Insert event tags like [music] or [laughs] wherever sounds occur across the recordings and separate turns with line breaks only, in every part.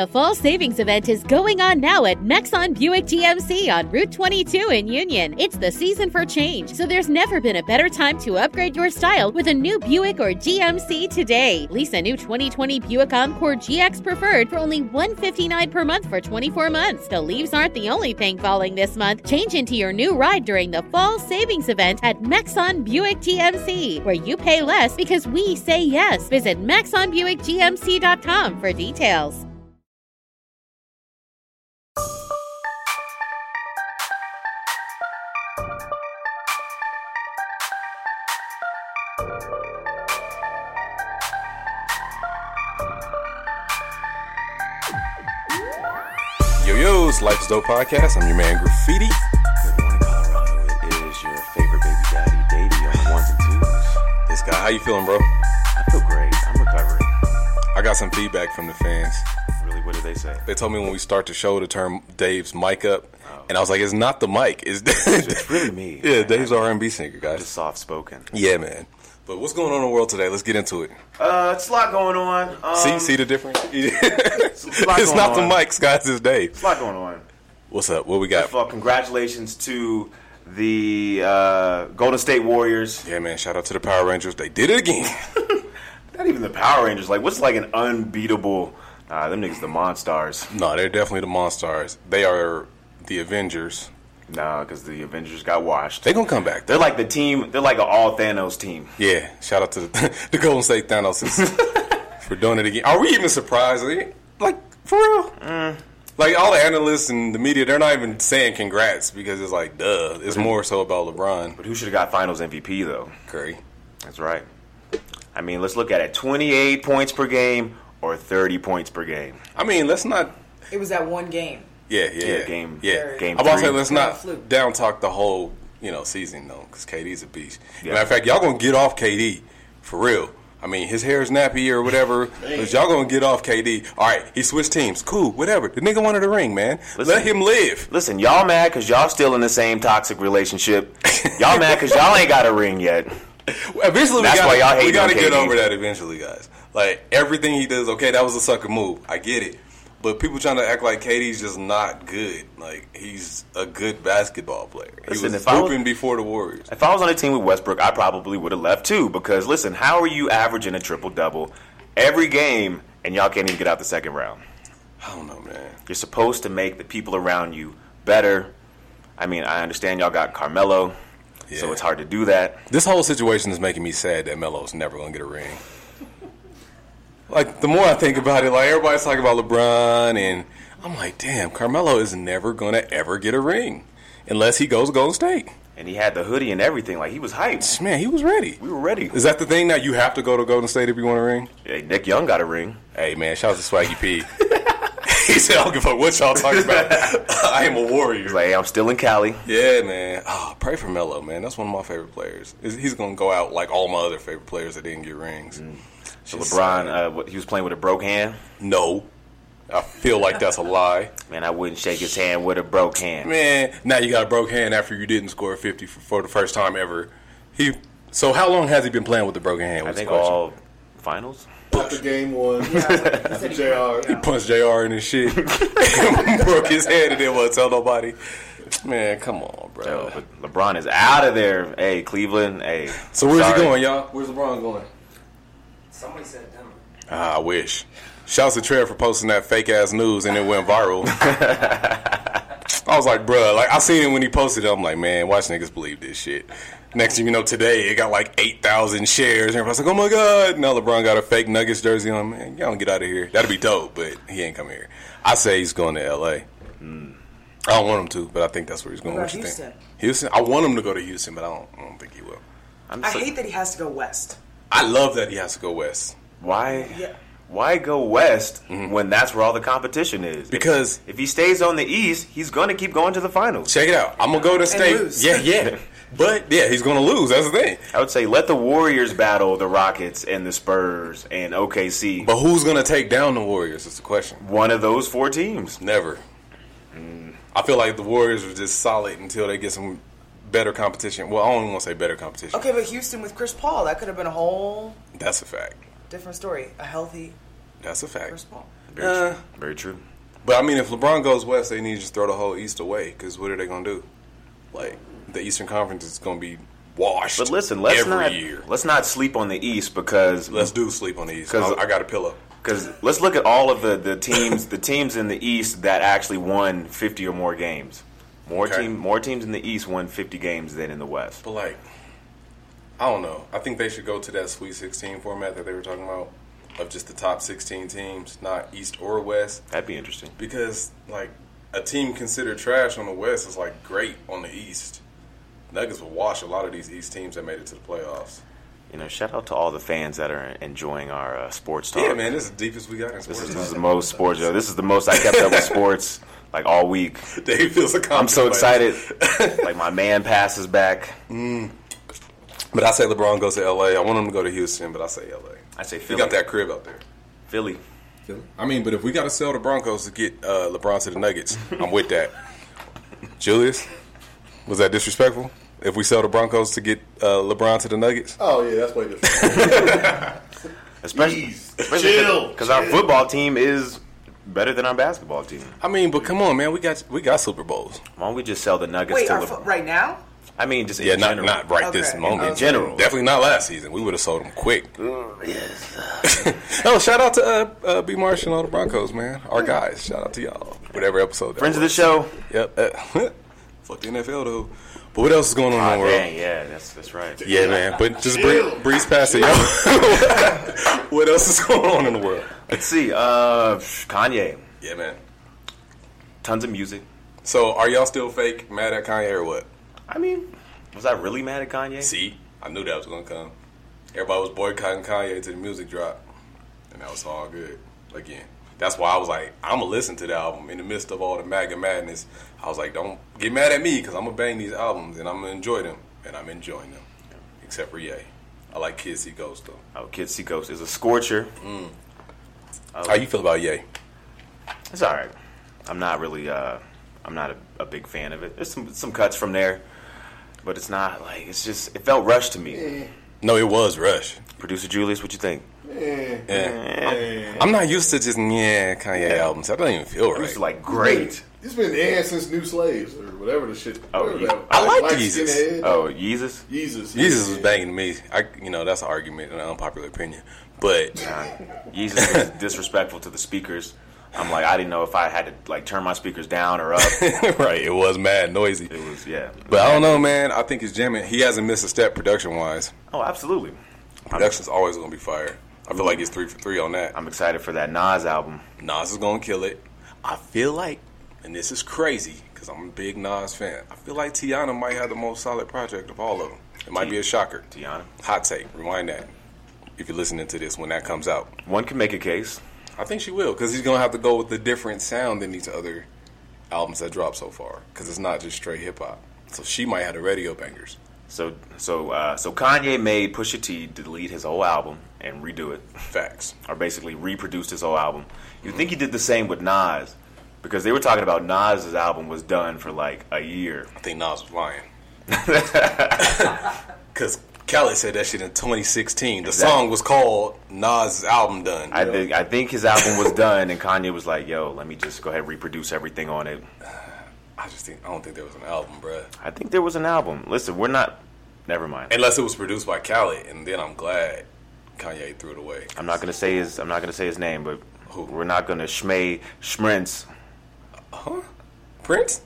The fall savings event is going on now at Mexon Buick GMC on Route 22 in Union. It's the season for change, so there's never been a better time to upgrade your style with a new Buick or GMC today. Lease a new 2020 Buick Encore GX Preferred for only $159 per month for 24 months. The leaves aren't the only thing falling this month. Change into your new ride during the fall savings event at Mexon Buick GMC, where you pay less because we say yes. Visit MexonBuickGMC.com for details.
Yo, yo, it's Life's Dope Podcast. I'm your man, Graffiti.
Good morning, Colorado. It is your favorite baby daddy, Daddy on ones and twos.
This guy, how you feeling, bro?
I feel great. I'm recovering.
I got some feedback from the fans.
Really, what did they say?
They told me when we start the show to turn Dave's mic up, and I was like, "It's not the mic. It's, it's
Oh.
[laughs]
It's really me.
yeah,
man.
Dave's a R&B singer,
I'm just
guys.
soft spoken.
Yeah, man. But what's going on in the world today? Let's get into it.
Uh, it's a lot going on. Um,
see, see the
[laughs]
difference? [laughs] it's
a lot going
not the
on.
mics, guys. It's Dave.
It's a lot going on.
What's up? What we got?
First of all, congratulations to the uh, Golden State Warriors.
Yeah, man. Shout out to the Power Rangers. They did it again.
Not even the Power Rangers. Like, what's like an unbeatable? Nah, them niggas the Monstars.
no, they're definitely the Monstars. They are the Avengers.
Nah, because the Avengers got washed.
They gonna come back.
They're like the team. They're like an all Thanos team.
Yeah, shout out to the, [laughs] the Golden State Thanos for doing it again. Are we even surprised? Like, Like for real? Like all the analysts and the media, they're not even saying congrats because it's like, duh. It's more so about LeBron,
But who should have got Finals MVP though?
Curry.
That's right. I mean, let's look at it: 28 points per game or 30 points per game.
I mean, let's not.
It was that one game.
Yeah, yeah,
Yeah,
yeah.
game-
yeah.
game
I'm about to say
three.
let's
Yeah,
not
fluke.
down talk the whole you know season though, because KD's a beast.
Yeah.
Matter of fact, y'all gonna get off KD for real. I mean, his hair's nappy or whatever, but y'all gonna get off KD. All right, he switched teams. Cool, whatever. The nigga wanted a ring, man. Let
Listen.
him live.
Listen, y'all mad because y'all still in the same toxic relationship. Y'all mad because y'all ain't got a ring yet.
Eventually,
That's
we gotta,
why y'all
we
hating on
gotta get
KD.
over that eventually, guys. Like everything he does, okay, that was a sucker move. I get it, but people trying to act like KD's just not good. Like he's a good basketball player.
Listen,
he was
if I was-
hooping before the Warriors.
If I was on a team with Westbrook, I probably would have left too. Because listen, how are you averaging a triple double every game and y'all can't even get out the second round?
I don't know, man.
You're supposed to make the people around you better. I mean, I understand y'all got Carmelo,
Yeah.
so it's hard to do that.
This whole situation is making me sad that Melo's never gonna get a ring. Like the more I think about it, like everybody's talking about LeBron, and I'm like, damn, Carmelo is never gonna ever get a ring unless he goes Golden State.
And he had the hoodie and everything. Like he was hyped.
Man, he was ready.
We were ready.
Is that the thing now? You have to go to Golden State if you want a ring?
Hey, Nick Young got a ring.
Hey, man, shout out to Swaggy P. [laughs] he said, I don't give a fuck what y'all talking about. I am a warrior.
He's like, hey, I'm still in Cali.
yeah, man. Oh, pray for Melo, man. That's one of my favorite players. Is- He's going to go out like all my other favorite players that didn't get rings.
So LeBron, uh, what- he was playing with a broke hand.
No. I feel like that's a lie.
Man, I wouldn't shake his hand with a broke hand.
Man, now you got a broke hand after you didn't score 50 for, for the first time ever. He. So how long has he been playing with the broken hand?
I
Was the
think
question.
all finals.
After game one,
Yeah, he said he-
JR.
yeah.
punched JR in his shit, [laughs] broke his head, and then won't tell nobody. Man, come on, bro.
So, but LeBron is out of there. Hey, Cleveland. Hey.
so where's
sorry.
he going, y'all? Where's LeBron going?
Somebody said Denver.
Ah, I wish. Shouts to Trev for posting that fake ass news and it went viral. I was like, bruh, like I seen it when he posted it. I'm like, man, watch niggas believe this shit. Next thing you know, today it got like eight thousand shares. and Everybody's like, oh my god. Now LeBron got a fake Nuggets jersey on. Man, y'all get out of here. That'd be dope, but he ain't coming here. I say he's going to L.A. I don't want him to, but I think that's where he's going.
What
What
about
you think? Houston.
Houston?
I want him to go to Houston, but I don't, I don't think he will.
I'm
I
so-
hate that he has to go west.
I love that he has to go west.
Why?
Yeah.
Why go west
Mm-hmm.
when that's where all the competition is? If-
Because-
if, he stays on the east, he's gonna keep going to the finals.
Check it out. I'm gonna go to state.
lose.
Yeah, yeah. But yeah, he's gonna lose. That's the thing.
I would say let the Warriors battle the Rockets and the Spurs and OKC.
But who's gonna take down the Warriors? Is the question.
one of those four teams.
Never. I feel like the Warriors are just solid until they get some better competition. Well, I don't want to say better competition.
Okay, but Houston with Chris Paul, that could have been a whole
That's a fact.
different story. A healthy
That's a
Chris
fact.
Paul.
Very,
Uh.
true. Very true.
But I mean, if LeBron goes west, they need to just throw the whole East away. Because what are they gonna do? Like the Eastern Conference is gonna be washed.
But listen, let's
every
not
year.
let's not sleep on the East because
Let's do sleep on the East.
'Cause-
I, I got a pillow.
Because let's look at all of the, the teams the teams in the East that actually won 50 or more games. More
Okay.
team more teams in the East won 50 games than in the West.
But like, I don't know. I think they should go to that Sweet 16 format that they were talking about of just the top 16 teams, not East or West,
That'd be interesting.
because like a team considered trash on the West is like great on the East. Nuggets will wash a lot of these East teams that made it to the playoffs.
You know, shout out to all the fans that are enjoying our uh, sports talk.
Yeah, man, this is the deepest we got in
This
sports.
is, this is the
talk.
most sports. yo, This is the most I kept up with sports like all week.
[laughs] Dave feels accomplished.
I'm so excited. like my man passes back.
But I say LeBron goes to LA. I want him to go to Houston, but I say LA.
I say
You
Philly.
got that crib out there.
Philly.
I mean, but if we got to sell the Broncos to get uh, LeBron to the Nuggets, I'm with [laughs] that. Julius, was that disrespectful? If we sell the Broncos to get uh, LeBron to the Nuggets,
Oh yeah, that's way different.
Especially,
Jeez. Chill,
because our
chill.
football team is better than our basketball team.
I mean, but come on, man, we got we got Super Bowls.
Why don't we just sell the Nuggets
Wait,
to
our
LeBron?
fo- right now?
I mean, just in
Yeah, not
general.
not right this
Okay.
moment.
In
general.
definitely not last season. We would have sold them quick. oh, shout out to uh, uh, B. Marsh and all the Broncos, man. Our guys, shout out to y'all. Whatever episode. that
Friends of the
was.
show.
Yep. [laughs] Uh, fuck the NFL though. But what else is going on in the world?
Ah, dang, yeah, that's that's right.
Yeah, man. But just bre- breeze past it. yo. [laughs] what else is going on in the world?
Let's see. Uh, Kanye,
Yeah, man.
tons of music.
So are y'all still fake mad at Kanye or what?
I mean, was I really mad at Kanye?
See, I knew that was gonna come. Everybody was boycotting Kanye to the music drop, and that was all good. Again, that's why I was like, I'm gonna listen to the album in the midst of all the MAGA madness. I was like, don't get mad at me because I'm gonna bang these albums and I'm gonna enjoy them, and I'm enjoying them, except for Ye. I like Kids See Ghost though.
Oh, Kid See Ghost is a scorcher.
How you feel about Ye?
It's all right. I'm not really. Uh, I'm not a, a big fan of it. There's some some cuts from there, but it's not like it's just. It felt rushed to me.
No, it was Rush.
Producer Julius, what you think?
Yeah. I'm not used to just yeah Kanye albums. I don't even feel
It
right.
was like great.
It's been and since New Slaves or whatever the shit.
Oh,
whatever
Ye-
that-
I like
Black
Yeezus.
Skinhead.
Oh, Jesus.
Yeezus.
Jesus was
yeah.
banging me. I you know that's an argument and an unpopular opinion, but
[laughs] Jesus was disrespectful to the speakers. I'm like, I didn't know if I had to like turn my speakers down or up.
[laughs]
It
right, it was mad noisy.
was yeah.
But I don't know, man. I think it's jamming. He hasn't missed a step production wise.
Oh, absolutely.
Production's always gonna be fire. I feel like it's three for three on that.
I'm excited for that Nas album.
Nas is gonna kill it. I feel like, and this is crazy because I'm a big Nas fan. I feel like Tiana might have the most solid project of all of them. It might be a shocker.
Tiana.
Hot take. Rewind that. If you're listening to this when that comes out.
One can make a case.
I think she will because he's gonna have to go with a different sound than these other albums that dropped so far because it's not just straight hip hop. So she might have the radio bangers.
So so uh, so Kanye made Pusha T delete his whole album and redo it,
Facts.
or basically reproduced his whole album. You think he did the same with Nas? Because they were talking about Nas's album was done for like a year.
I think Nas was
[laughs]
lying because Khaled said that shit in 2016. The
Exactly.
song was called Nas' album done.
I think I think his album was done, and Kanye was like, "Yo, let me just go ahead and reproduce everything on it."
I just think I don't think there was an album, bruh.
I think there was an album. Listen, we're not. Never mind.
Unless it was produced by Khaled, and then I'm glad Kanye threw it away.
I'm not gonna say his. I'm not gonna say his name, but
Who?
we're not gonna schmay schmrints.
Prince.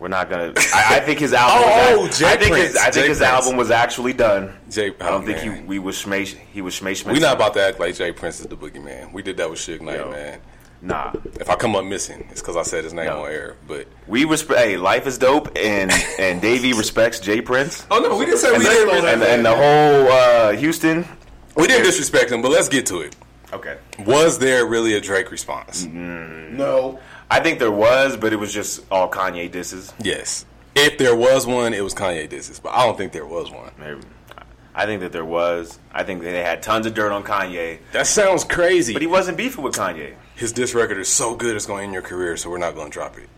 We're not gonna. I, I think his album.
Oh,
was,
[laughs] oh,
I
Jay
think his,
Prince,
I think
Jay
his
Prince.
album was actually done.
Jay-
I
oh,
don't think he
man.
we was schmay. He was schmay schmay.
We not about to act like Jay Prince is the boogeyman. We did that with Suge Knight,
Yo.
man.
Nah,
If I come up missing, it's because I said his name
No.
on air. But
we respect. Hey, life is dope, and and Davey respects Jay Prince,
oh no, we didn't say [laughs] we
and,
didn't.
and, and the whole uh, Houston.
we didn't disrespect him, but let's get to it.
Okay.
Was there really a Drake response?
Mm-hmm.
No.
I think there was, but it was just all Kanye disses.
Yes. If there was one, it was Kanye disses, but I don't think there was one.
Maybe. I think that there was. I think that they had tons of dirt on Kanye,
That sounds crazy.
but he wasn't beefing with Kanye.
His diss record is so good,
[laughs]
it's going to end your career, so we're not going to drop it.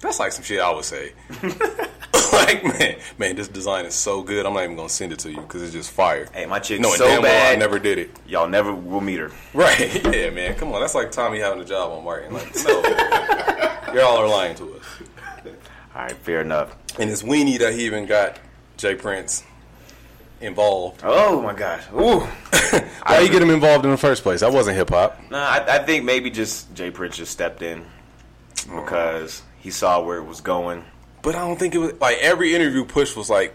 That's like some shit I would say. like, like, man, man, this design is so good. I'm not even gonna send it to you because it's just fire.
Hey, my chick's
Knowing
so
damn well I
bad.
never did it.
Y'all never will meet her.
Right? [laughs] Yeah, man. Come on, that's like Tommy having a job on Martin. Like, no, [laughs] y'all are lying to us.
All right, fair enough.
And it's weenie that he even got Jay Prince involved.
Oh my gosh. Ooh.
Why you get him involved in the first place? That wasn't hip hop.
No, I, I think maybe just Jay Prince just stepped in because he saw where it was going.
But I don't think it was like every interview push was like,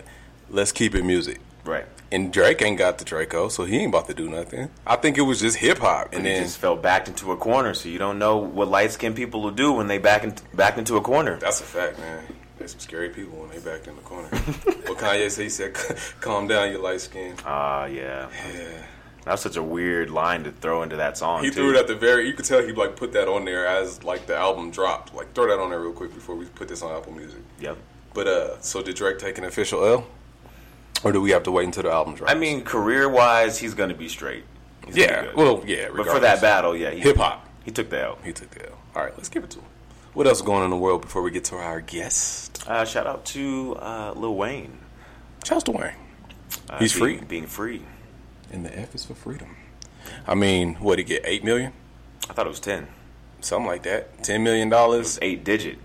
let's keep it music.
Right.
And Drake ain't got the Draco, so he ain't about to do nothing. I think it was just hip hop, and
And he
then
just fell backed into a corner, so you don't know what light skinned people will do when they back in, back into a corner.
that's a fact, man. There's some scary people when they back in the [laughs] corner. but Kanye said, he said, "Calm down, you light skin."
Ah, yeah.
Yeah.
That was such a weird line to throw into that song.
He
too.
threw it at the very. You could tell he like put that on there as like the album dropped. Like throw that on there real quick before we put this on Apple Music.
Yep.
But uh, so did Drake take an official L, or do we have to wait until the album drops?
I mean, career wise, he's gonna be straight. He's gonna be
yeah.
good.
Well, yeah.
but for that
back,
battle, yeah, he-
hip hop.
He took the L.
He took the L. All right, let's give it to him. What else is going on in the world before we get to our guest?
Uh, shout out to uh, Lil Wayne.
Charles Dwayne.
Uh,
He's
being-
free.
Being free.
And the F is for freedom. I mean, what he get? Eight million,
I thought it was ten.
something like that. Ten million
It's
dollars.
eight digit.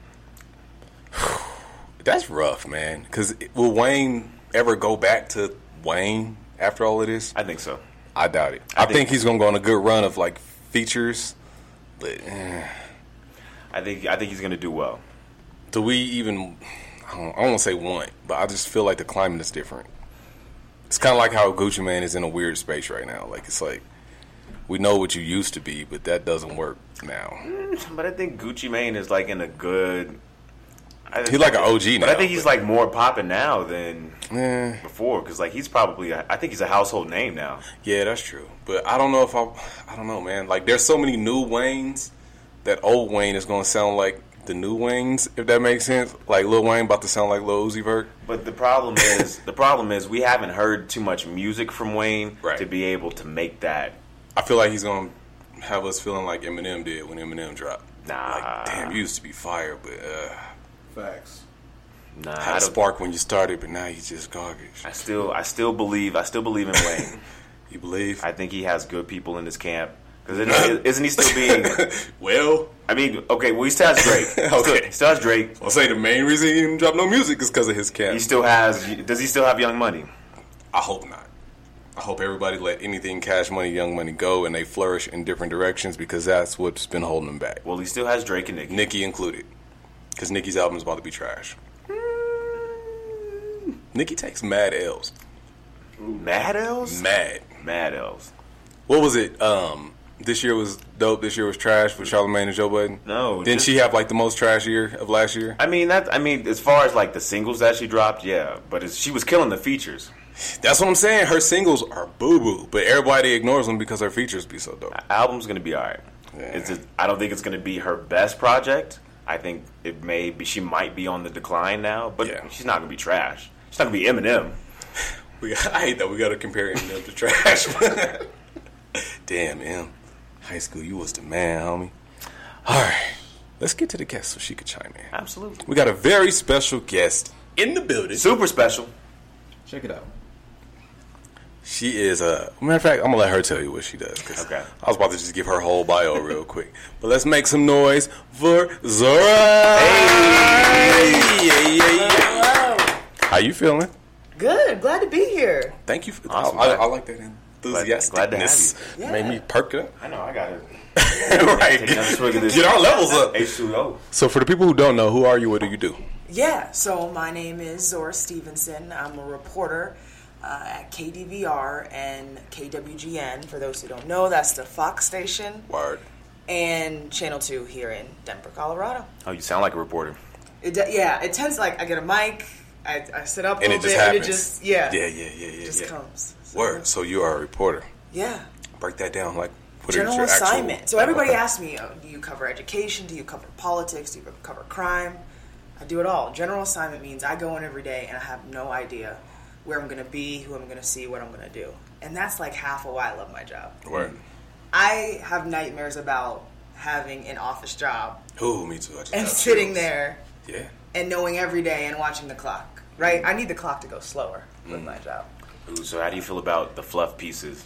That's rough, man. Because will Wayne ever go back to Wayne after all of this?
I think so.
I doubt it. I, think,
think-
he's gonna go on a good run of like features. But eh,
I think I think he's gonna do well.
do we even? I don't, I don't want to say want, but I just feel like the climate is different. It's kind of like how Gucci Man is in a weird space right now. Like it's like we know what you used to be, but that doesn't work now.
But I think Gucci Mane is like in a good. I
He's like an OG now.
But I think he's like more popping now than
Eh,
before because like he's probably a, I think he's a household name now.
yeah, that's true. But I don't know if I. I don't know, man. Like there's so many new Waynes that old Wayne is gonna sound like the new Waynes, if that makes sense. Like Lil Wayne about to sound like Lil Uzi Vert.
But
[laughs]
the problem is the problem is we haven't heard too much music from Wayne
Right.
to be able to make that.
I feel like he's gonna have us feeling like Eminem did when Eminem dropped.
Nah.
Like, damn, you used to be fire, but uh,
Facts.
Nah, I
had a
don't-
spark when you started, but now you just garbage.
I still I still believe I still believe in Wayne.
You believe?
I think he has good people in his camp. Because [laughs] isn't, isn't he still being?
[laughs] well,
I mean, okay, well he still has Drake. [laughs] He still-
Okay.
he still has Drake.
I'll say the main reason he didn't drop no music is because of his cat.
He still has. Does he still have Young Money?
I hope not. I hope everybody let anything Cash Money, Young Money go, and they flourish in different directions because that's what's been holding them back,
Well, he still has Drake and Nicki.
Nicki included. Because Nicki's album is about to be trash.
Mm.
Nicki takes mad L's,
Mad L's.
mad.
Mad L's.
what was it? Um, this year was dope. This year was trash for Charlamagne and Joe Budden.
No,
Didn't
just-
she have like the most trash year of last year?
I mean that. I mean, as far as like the singles that she dropped, yeah. But it's, she was killing the features.
That's what I'm saying. Her singles are boo boo, but everybody ignores them because her features be so dope.
Album's gonna be alright. It's. Just, I don't think it's gonna be her best project. I think it may be. She might be on the decline now, but
Yeah.
she's not gonna be trash. She's not gonna be Eminem.
We, I hate that we got [laughs] to compare Eminem to trash. [laughs] Damn, Em. High school, you was the man, homie. All right, let's get to the guest so she could chime in.
Absolutely.
We got a very special guest in the building.
Super special.
Check it out.
She is a matter of fact. I'm gonna let her tell you what she does. 'cause
Okay.
I was about to just give her whole bio [laughs] real quick, but let's make some noise for Zora. Hey, yeah, yeah, yeah. How you feeling?
Good. Glad to be here.
Thank you. For,
Awesome.
I, I, I like that enthusiasticness.
Glad- glad to have
you.
Made me perk [laughs] it up.
I know. I got it.
right.
Take another swig of
[laughs]
this. oh.
Get our levels up.
H2O.
So for the people who don't know, who are you? What do you do?
Yeah, so my name is Zora Stevenson. I'm a reporter uh, at KDVR and KWGN. For those who don't know, that's the Fox station
Word.
and Channel 2 here in Denver, Colorado.
Oh, you sound like a reporter.
It, d- yeah, it tends like I get a mic, I, I sit up a
And
little
it just
bit,
happens.
and Oh, it just, yeah,
Yeah, yeah, yeah, yeah.
it just
yeah.
comes. So,
Word. So you are a reporter.
Yeah.
Break that down. Like what is
General
your actual-
assignment. So everybody
Okay.
asks me, oh, do you cover education? Do you cover politics? Do you cover crime? I do it all. General assignment means I go in every day and I have no idea where I'm going to be, who I'm going to see, what I'm going to do. And that's like half of why I love my job.
Word.
I have nightmares about having an office job
Ooh, me too. I just
and
got
sitting
chills.
there
Yeah.
and knowing every day and watching the clock. right? I need the clock to go slower with my job.
Ooh, so how do you feel about the fluff pieces?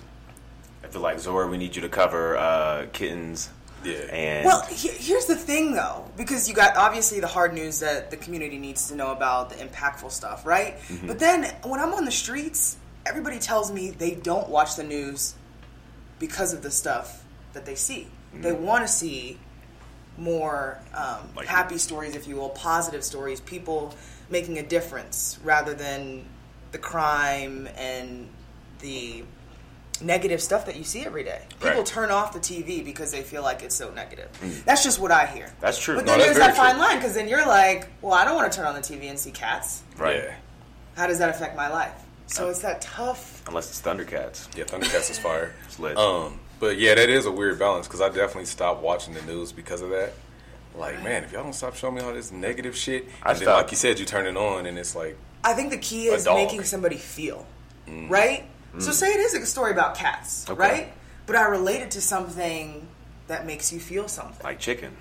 I feel like Zora, we need you to cover uh, kittens.
Yeah.
And
Well, he- here's the thing, though, because you got obviously the hard news that the community needs to know about, the impactful stuff, right?
Mm-hmm.
But then when I'm on the streets, everybody tells me they don't watch the news because of the stuff that they see.
Mm-hmm.
They want to see more um,
Like-
happy stories, if you will, positive stories, people making a difference rather than the crime and the negative stuff that you see every day. People
Right.
turn off the TV because they feel like it's so negative. That's just what I hear.
That's true.
But
No,
then
Mm. that's
there's that
very true.
fine line because then you're like, well, I don't want to turn on the TV and see cats.
right.
Yeah.
How does that affect my life? So it's that tough.
Unless it's Thundercats.
Yeah, Thundercats is fire. [laughs]
It's lit.
Um, but yeah, that is a weird balance because I definitely stopped watching the news because of that. Like, man, if y'all don't stop showing me all this negative shit,
I
and then,
stopped.
like you said, you turn it on and it's like,
I think the key
A
is
dog. Mm.
making somebody feel, right? So say it is a story about cats,
Okay.
right? But I relate it to something that makes you feel something.
Like chicken.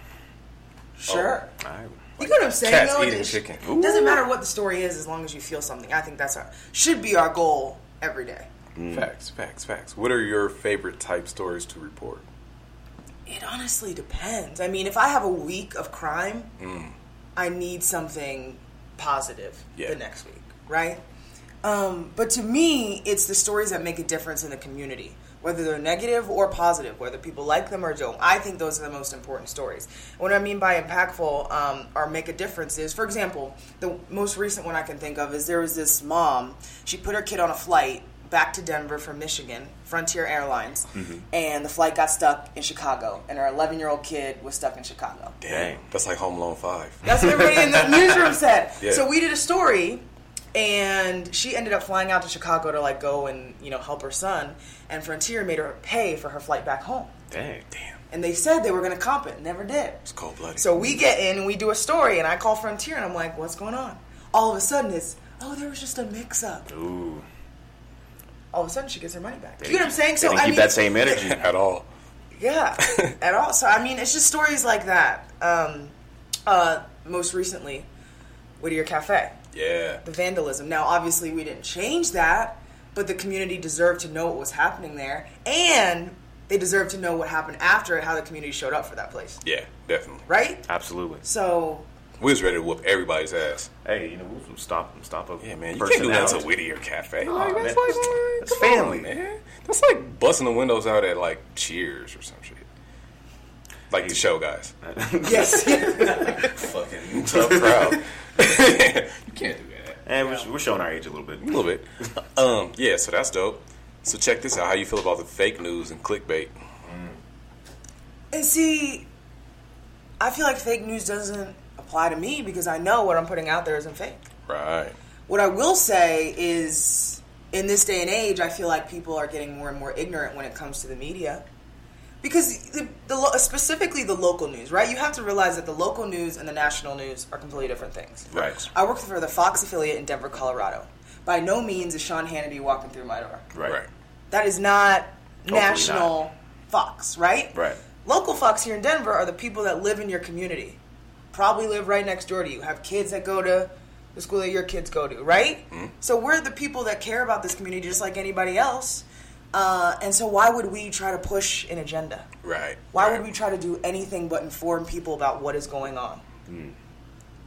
Sure.
All right.
You know what I'm saying?
oh. cats
though?
eating
It sh-
chicken.
Doesn't matter what the story is, as long as you feel something. I think that's our should be our goal every day.
Mm.
facts, facts, facts. What are your favorite type stories to report?
It honestly depends. I mean, if I have a week of crime, I need something positive
Yeah.
the next week, right? Um, but to me, it's the stories that make a difference in the community, whether they're negative or positive, whether people like them or don't. I think those are the most important stories. What I mean by impactful um, or make a difference is, for example, the most recent one I can think of is there was this mom. She put her kid on a flight back to Denver from Michigan, Frontier Airlines, and the flight got stuck in Chicago, and her 11 year old kid was stuck in Chicago.
Dang.
That's like Home Alone 5.
That's what everybody in
[laughs]
the newsroom said.
Yeah.
So we did a story, and she ended up flying out to Chicago to like go and you know help her son. And Frontier made her pay for her flight back home.
Dang.
Damn,
And they said they were going to comp it, never did.
it's cold blooded.
So we get in and we do a story, and I call Frontier, and I'm like, "What's going on?" All of a sudden, it's oh, there was just a mix-up.
Ooh.
All of a sudden, she gets her money back. you know what I'm saying?
They
So
didn't
I
keep
mean,
that same
[laughs]
energy.
at all.
Yeah, at all. So I mean, it's just stories like that. Um, uh, most recently, Whittier Cafe.
Yeah.
the vandalism. Now, obviously, we didn't change that, but the community deserved to know what was happening there, and they deserved to know what happened after and how the community showed up for that place,
Yeah, definitely.
right?
Absolutely.
So,
We was ready to whoop everybody's ass.
Hey, you know, we'll some stop, stop up.
Yeah, man, you can't do that to Whittier Cafe. like, that's like,
It's
come on,
family.
man. That's like busting the windows out at like Cheers or some shit. Like the show guys.
yes, [laughs]
[laughs] Fucking tough crowd. you can't do that.
And we're, we're showing our age a little bit.
A little bit. [laughs] Um, yeah, so that's dope. So check this out. How you feel about the fake news and clickbait?
and see, I feel like fake news doesn't apply to me because I know what I'm putting out there isn't fake.
Right.
What I will say is, in this day and age, I feel like people are getting more and more ignorant when it comes to the media. Because the, the lo- specifically the local news, right? You have to realize that the local news and the national news are completely different things.
Right.
I worked for the Fox affiliate in Denver, Colorado. By no means is Sean Hannity walking through my door.
Right.
Right.
That is not
Hopefully
national Fox, right?
Right.
Local Fox here in Denver are the people that live in your community, probably live right next door to you, have kids that go to the school that your kids go to, right?
Mm-hmm.
So we're the people that care about this community just like anybody else. Uh, and so why would we try to push an agenda?
Right.
Why
right.
would we try to do anything but inform people about what is going on?
Hmm.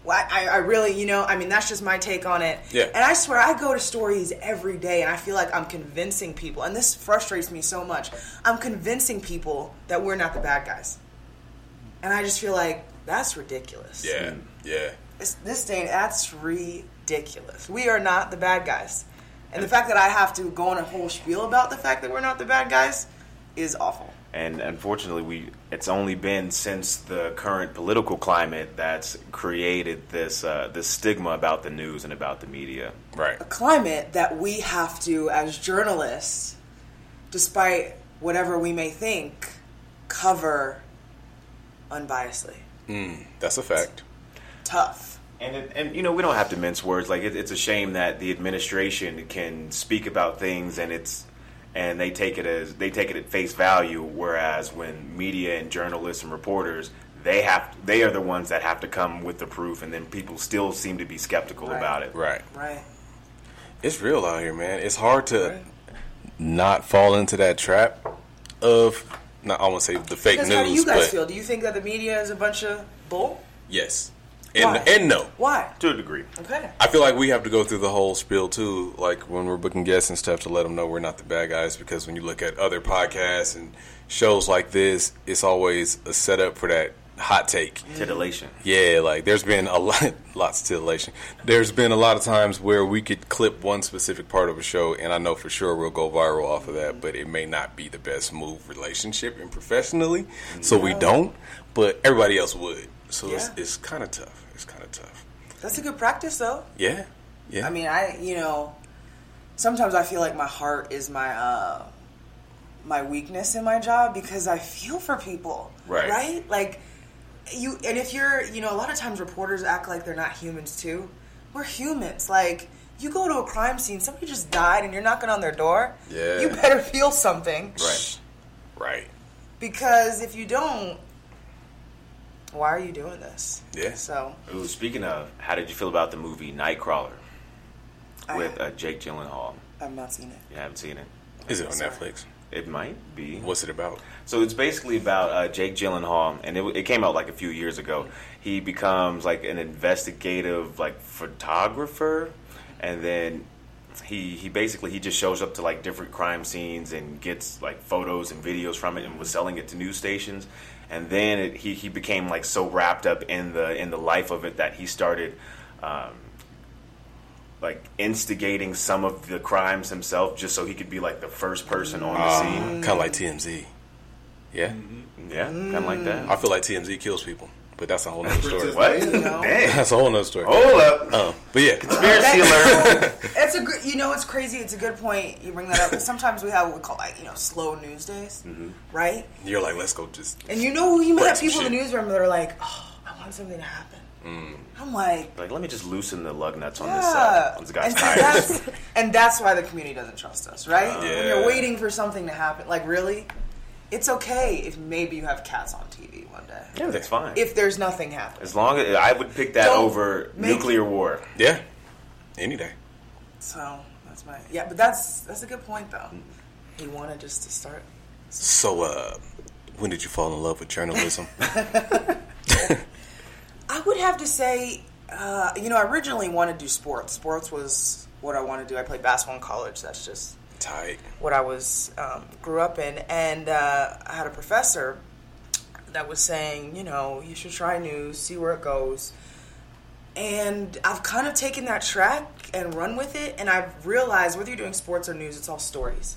Well, I, I really, you know, I mean, that's just my take on it.
Yeah.
And I swear, I go to stories every day, and I feel like I'm convincing people, and this frustrates me so much. I'm convincing people that we're not the bad guys, and I just feel like that's ridiculous.
Yeah. Yeah.
This, this day, that's ridiculous. We are not the bad guys, and the fact that I have to go on a whole spiel about the fact that we're not the bad guys is awful.
And unfortunately, we it's only been since the current political climate that's created this uh, this stigma about the news and about the media.
Right.
climate that we have to, as journalists, despite whatever we may think, cover unbiasedly.
That's a fact.
Tough.
And, it, and you know we don't have to mince words. Like it, it's a shame that the administration can speak about things and it's and they take it as they take it at face value. Whereas when media and journalists and reporters they have they are the ones that have to come with the proof, and then people still seem to be skeptical
Right.
about it.
Right.
Right.
It's real out here, man. It's hard to not fall into that trap of not I won't say the fake
Because
news,
how do you guys
but
feel? Do you think that the media is a bunch of bull?
yes. And
Why?
and no.
Why?
To a degree,
Okay.
I feel like we have to go through the whole spiel too, like when we're booking guests and stuff, to let them know we're not the bad guys. Because when you look at other podcasts and shows like this, it's always a setup for that hot take.
titillation.
Yeah, like there's been a lot, [laughs] lots of titillation. There's been a lot of times where we could clip one specific part of a show, and I know for sure we'll go viral off of that, but it may not be the best move, relationship and professionally, so we don't. But everybody else would, so it's,
Yeah.
it's kind of tough. It's kind of tough.
That's a good practice, though.
Yeah, yeah.
I mean, I you know, sometimes I feel like my heart is my uh, my weakness in my job because I feel for people,
Right.
Right? Like you, and if you're, you know, a lot of times reporters act like they're not humans too. We're humans. Like you go to a crime scene, somebody just died, and you're knocking on their door.
Yeah.
you better feel something,
Right.
right.
Because if you don't, why are you doing this?
Yeah.
So
Ooh, speaking of, how did you feel about the movie Nightcrawler
I-
with uh, Jake Gyllenhaal?
I've not seen it.
You haven't seen it?
Is it on
Sorry.
Netflix?
It might be.
What's it about?
So it's basically about uh, Jake Gyllenhaal, and it, it came out like a few years ago. He becomes like an investigative like photographer, and then he he basically he just shows up to like different crime scenes and gets like photos and videos from it, and was selling it to news stations. And then it, he he became like so wrapped up in the in the life of it that he started. Um, like instigating some of the crimes himself, just so he could be like the first person on
Ah.
the scene.
Kind of like TMZ. Yeah,
Yeah, kind of like that.
I feel like TMZ kills people, but that's a whole nother story.
Princess
What? [laughs] Dang.
Diana.
[laughs] That's a whole nother story.
Hold up.
Uh, but yeah,
Oh. Conspiracy
[laughs]
alert.
It's a good, you know, it's crazy. It's a good point you bring that up. 'cause Sometimes we have what we call like you know slow news days, right?
you're like, let's go just
And you know, you might
Right,
have people in the
shit.
newsroom that are like, "Oh, I want something to happen." I'm like,
Like, let me just loosen the lug nuts on this. Uh,
yeah,
on this
and,
guy's
so
tires. [laughs]
that's, and that's why the community doesn't trust us, right? When
Yeah.
you're waiting for something to happen, like really, it's okay if maybe you have cats on TV one day.
Yeah, that's fine.
If there's nothing happening,
as long as I would pick that
Don't
over
make-
nuclear war.
yeah, any day.
so that's my yeah. But that's that's a good point though. He wanted us to start
So, uh, when did you fall in love with journalism?
I would have to say, uh, you know, I originally wanted to do sports. Sports was what I wanted to do. I played basketball in college. That's just
Tight.
what I was um, grew up in. And uh, I had a professor that was saying, you know, you should try news, see where it goes. And I've kind of taken that track and run with it. And I've realized whether you're doing sports or news, it's all stories.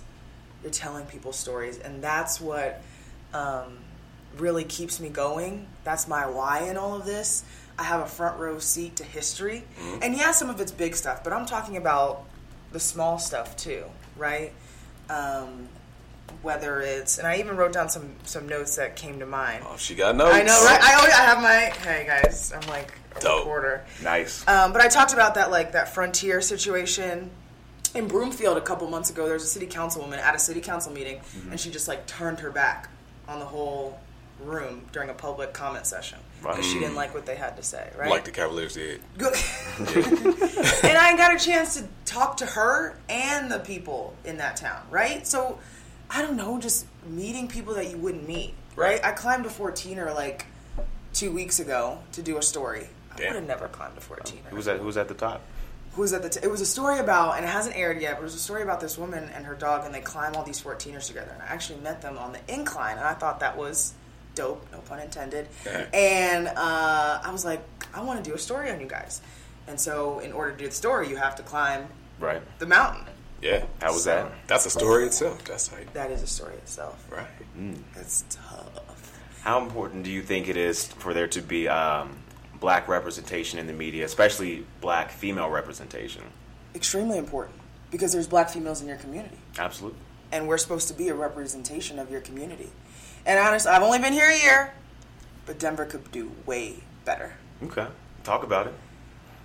You're telling people stories, and that's what um, really keeps me going. That's my why in all of this. I have a front row seat to history.
Mm-hmm.
And yeah, some of it's big stuff, but I'm talking about the small stuff too, right? Um, whether it's, and I even wrote down some, some notes that came to mind.
Oh, she got notes.
I know, right? I, always, I have my, hey guys, I'm like a
Dope.
reporter.
Nice.
Um, but I talked about that like that frontier situation in Broomfield a couple months ago. There was a city councilwoman at a city council meeting,
Mm-hmm.
and she just like turned her back on the whole room during a public comment session because she didn't like what they had to say. Right?
Like the Cavaliers did.
Go-
[laughs]
and I got a chance to talk to her and the people in that town, right? So I don't know, just meeting people that you wouldn't meet, right?
Right.
I climbed a 14er like two weeks ago to do a story. I
Damn.
would have never climbed a 14er
Who was at Who was at the top?
who was at the t- it was a story about and it hasn't aired yet but it was a story about this woman and her dog and they climb all these 14ers together and i actually met them on the incline and i thought that was dope no pun intended and uh, i was like i want to do a story on you guys and so in order to do the story you have to climb
Right.
the mountain
Yeah.
How was that?
That's a story itself. That's tight.
that is a story itself
Right.
that's tough
How important do you think it is for there to be um, black representation in the media, especially black female representation?
extremely important because there's black females in your community
Absolutely.
and we're supposed to be a representation of your community. And honestly, I've only been here a year, but Denver could do way better.
Okay. Talk about it.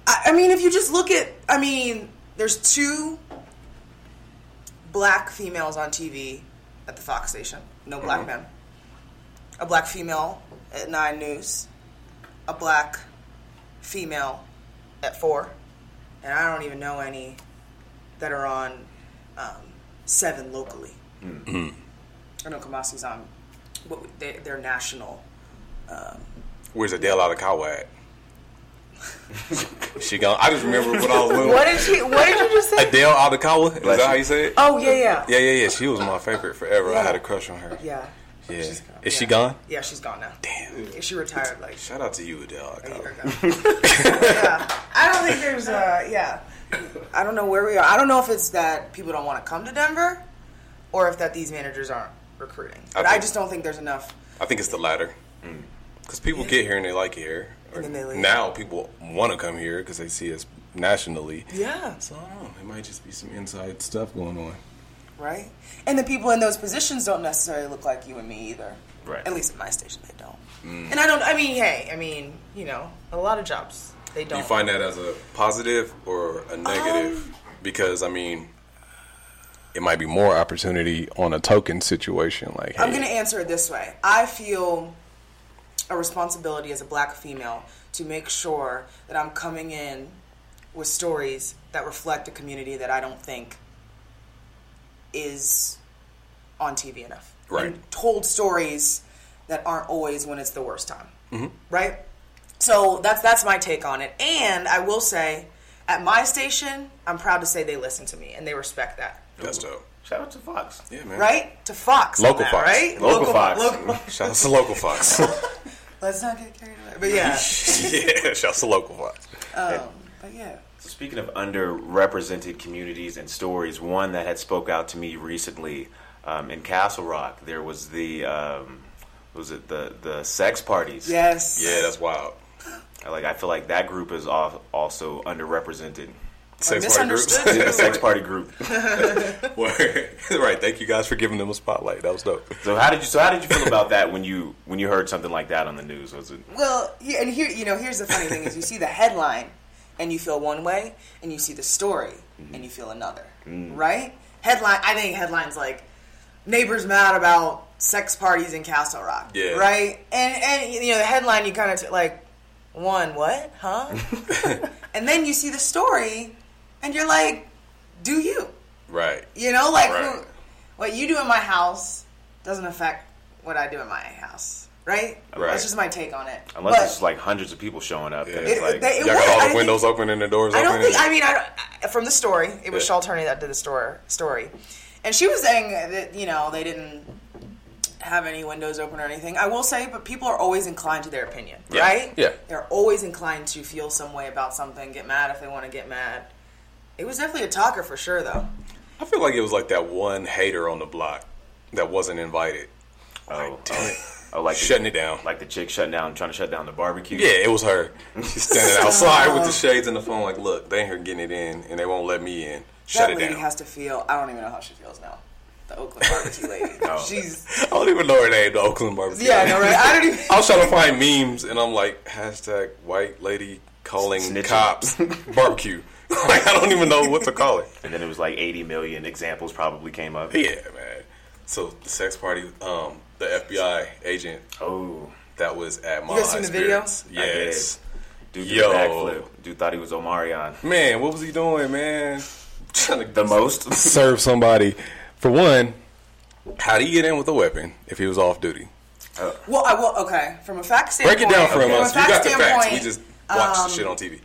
I, I mean, if you just look at, I mean, there's two Mm-hmm. black females on TV at the Fox station, no black men. a black female at Nine News, a black female at Four, and I don't even know any that are on um, Seven locally. Mm-hmm. I know Kamasi's on what we- they, their national. um,
Where's Adele out of Cowad? she gone. I just remember when I was
[laughs]
little.
What did she? What did you just say?
Adele Adakawa? Is
Bless
that how
you.
you say it?
Oh yeah, yeah,
Yeah, yeah, yeah. She was my favorite forever. I had a crush on her.
yeah.
Yeah.
She's gone.
Is she
Yeah.
gone?
Yeah, she's gone now.
Damn.
Yeah, She retired like
Shout out to you, Adele.
a year
Adakawa.
ago.
Oh.
[laughs] yeah, I don't think there's. Uh, yeah, I don't know where we are. I don't know if it's that people don't want to come to Denver, or if that these managers aren't recruiting. But I
think-
just don't think there's enough.
I think it's the latter. Because people get here and they like it here. Or
And then they leave.
now people want to come here because they see us nationally.
Yeah.
So I don't know. It might just be some inside stuff going on.
Right. And the people in those positions don't necessarily look like you and me either.
Right.
At least at my station, they don't.
Mm.
And I don't. I mean, hey, I mean, you know, a lot of jobs they
Do
don't.
you find that as a positive or a negative?
Um,
because I mean, it might be more opportunity on a token situation. Like,
I'm
hey,
going to answer it this way. I feel a responsibility as a black female to make sure that I'm coming in with stories that reflect a community that I don't think is on TV enough.
Right.
And told stories that aren't always when it's the worst time.
Mm-hmm.
Right? So that's that's my take on it. And I will say at my station, I'm proud to say they listen to me and they respect that.
that's dope.
Shout out to Fox.
Yeah, man.
Right? To Fox. on
Mm-hmm. Local
that,
Fox.
Right?
Local Fox.
Local,
Shout out to local
[laughs]
fox.
Let's not get carried away. But yeah,
yeah, [laughs] shout out to local fox.
but yeah.
So speaking of underrepresented communities and stories, one that had spoke out to me recently um, in Castle Rock, there was the um, was it the the sex parties?
Yes.
Yeah, that's wild. [laughs]
Like I feel like that group is al- also underrepresented.
Sex party groups. [laughs]
misunderstood.
Yeah, sex party group.
Word. right. Thank you guys for giving them a spotlight. That was dope.
So how did you so how did you feel about that when you when you heard something like that on the news? Was it
Well, yeah, and here you know, here's the funny thing is you see the headline and you feel one way and you see the story and you feel another.
Mm.
Right? Headline I think headlines like neighbors mad about sex parties in Castle Rock.
Yeah.
Right? And and you know, the headline you kind of t- like one what?
[laughs]
Huh? and then you see the story and you're like do you?
Right.
You know, like
Right.
who- what you do in my house doesn't affect what I do in my house, right?
Right.
That's just my take on it.
unless
But
it's like hundreds of people showing up? then
Yeah.
it's
It-
like,
they-
Y'all
it
got
was-
all
I
the
think-
windows open and the doors
I
open.
don't think.
and-
I mean, I don't, from the story, it was
Yeah.
yeah. that did the story, story, and she was saying that you know they didn't have any windows open or anything. I will say, but people are always inclined to their opinion,
Yeah.
right?
Yeah.
they're always inclined to feel some way about something, get mad if they want to get mad. It was definitely a talker for sure, though.
I feel like it was like that one hater on the block that wasn't invited.
oh,
Damn it.
oh, like the-
Shutting it down.
like the chick shutting down, trying to shut down the barbecue.
Yeah, it was her. She's standing
[laughs]
outside
Oh.
with the shades and the phone, like, look, they ain't here getting it in, and they won't let me in. Shut
that
it
lady
down.
has to feel. I don't even know how she feels now. The Oakland barbecue lady.
[laughs]
She's
[laughs] I don't even know her name, the Oakland barbecue.
yeah, I know, right? I don't even.
I was trying to find memes, and I'm like, hashtag white lady calling
Snitching. [laughs]
cops barbecue. [laughs] like, I don't even know what to call it.
And then it was like 80 million examples probably came up.
Yeah, man. So the sex party, um, the FBI agent
Oh,
that was at my
guys seen the video?
I did.
Yes.
dude,
Yo.
Yo. backflip. Dude thought he was Omarion.
Man, what was he doing, man? [laughs] Trying to
The most.
serve somebody. For one, how do you get in with a weapon if he was off duty?
Well, I will. Okay, from a fact
Break
standpoint.
it down for
from
us.
a
You
fact
got the facts. We
standpoint,
just watched
um,
the shit on TV.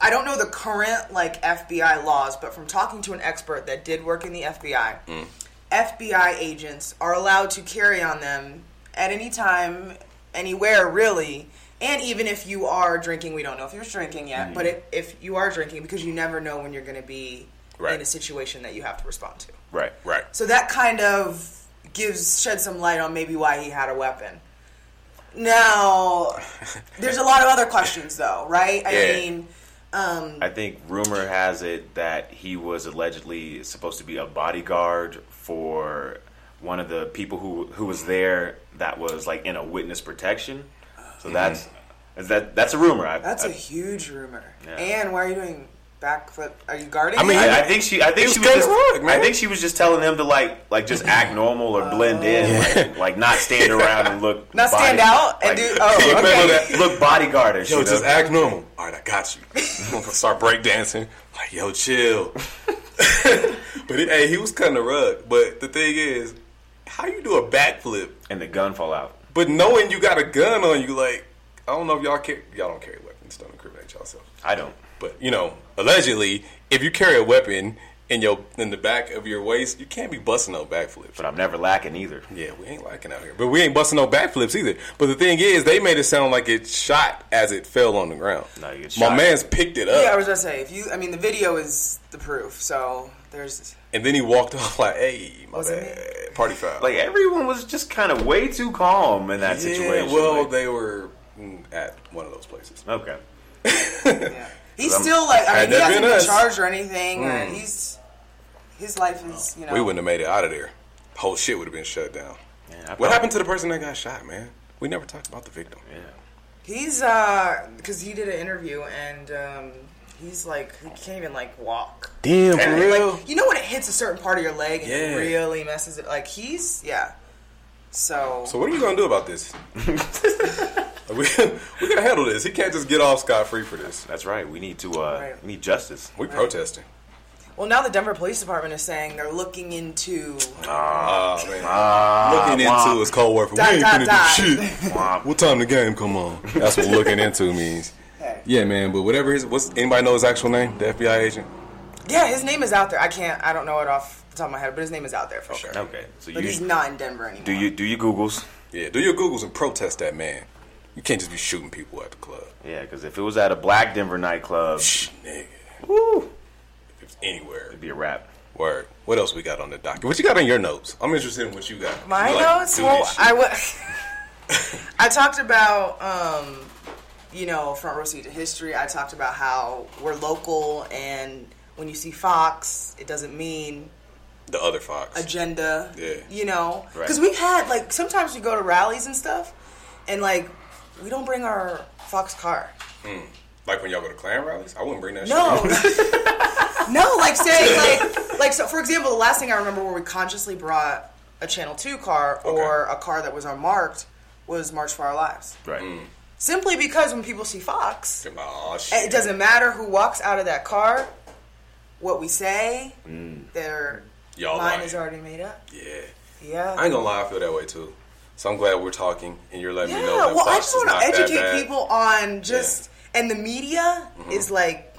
I don't know the current like FBI laws, but from talking to an expert that did work in the FBI,
Mm.
FBI agents are allowed to carry on them at any time, anywhere really. And even if you are drinking, we don't know if you're drinking yet, but
Mm-hmm.
it, if you are drinking, because you never know when you're going to be
Right.
in a situation that you have to respond to.
right,
[laughs] Right.
So that kind of gives shed some light on maybe why he had a weapon.
[laughs]
Now, there's a lot of other questions though, right? I
Yeah.
mean,
I think rumor has it that he was allegedly supposed to be a bodyguard for one of the people who who was there that was like in a witness protection.
Mm-hmm.
So that's is that that's a rumor. I,
that's
I,
Uh,
a huge rumor.
Yeah.
And why are you doing backflip? Are you guarding?
I mean,
him?
I, I think she. I think
was
she was. Just,
Kendrick, man.
I think she was just telling them to like, like just act normal or blend in, like, like not stand around and look.
Oh. Not stand out and do- oh,
[laughs] look-
okay.
Look bodyguardish.
Yo,
you know?
just act normal. All right, I got [laughs] you. I'm gonna start breakdancing. Like, yo, [laughs] chill. but it, hey, he was cutting the rug. But the thing is, how you do a backflip?
and the gun fall out.
But knowing you got a gun on you, like, I don't know if y'all carry. Y'all don't carry weapons. Don't incriminate yourself.
I don't.
But you know, allegedly, if you carry a weapon in your in the back of your waist, you can't be busting no backflips.
But I'm never lacking either.
Yeah, we ain't liking out here. But we ain't busting no backflips either. But the thing is, they made it sound like it shot as it fell on the ground.
No, you get
My
shot.
man's picked it up.
yeah, I was gonna say if you. I mean, the video is the proof. So there's.
and then he walked [laughs] off like, hey, my
Wasn't
bad. Party foul.
Like everyone was just kind of way too calm in that
yeah,
situation.
well,
like-
they were mm, at one of those places.
okay.
[laughs]
Yeah. He's still like. I
Had
mean, he
that
hasn't
been
been
us.
charged or anything. and he's. His life is, you know.
Hmm. We wouldn't have made it out of there. The whole shit would have been shut down.
Yeah, I
What
thought-
happened to the person that got shot, man? We never talked about the victim.
Yeah.
He's uh, because he did an interview and um, he's like he can't even like walk.
Damn, for real?
Like you know when it hits a certain part of your leg and
Yeah.
it really messes it. Like he's yeah. So,
So what are we gonna do about
[laughs]
this? [laughs] we we gotta handle this. He can't just get off scot free for this.
That's right. We need to. Uh,
Right.
We need justice.
We protesting.
well now the Denver Police Department is saying they're looking into
Ah, man. looking into is cold word for we
Dot,
ain't
dot,
finna
dot.
do shit.
Womp.
What time the game come on? That's what looking into means.
Hey.
Yeah, man. But whatever his, what's anybody know his actual name? The FBI agent.
yeah his name is out there. I can't I don't know it off the top of my head, but his name is out there for sure.
Okay. So
But he's
you
not in Denver anymore.
do you do you Googles?
Yeah, do your googles and protest that man. You can't just be shooting people at the club,
Yeah, because if it was at a black Denver nightclub,
Shh, nigga.
woo,
If it's anywhere,
it'd be a wrap.
word. What else we got on the docket? What you got on your notes? I'm interested in what you got.
My
You like,
notes.
do
Well,
this shit. [laughs]
I wa- [laughs] I talked about um, you know front row seat to history. I talked about how we're local, and when you see Fox, it doesn't mean
the other Fox.
agenda.
Yeah.
You know,
Right.
because we've had like sometimes we go to rallies and stuff, and like we don't bring our Fox car.
Like when y'all go to clan rallies, I wouldn't bring that [laughs]
No. [laughs]
shit.
no, like say like like so for example, the last thing I remember where we consciously brought a Channel 2 car or a car that was unmarked was March for Our Lives.
Right.
Simply because when people see Fox,
No, oh, shit.
it doesn't matter who walks out of that car, what we say, their
Mm. Y'all
line
lying.
is already made up.
Yeah,
Yeah.
I ain't gonna lie, I feel that way too. So I'm glad we're talking and you're letting
yeah,
me know that
well, I
Fox
just
is
want
not
to
that
educate
bad. Mm-hmm.
people on just, and the media is like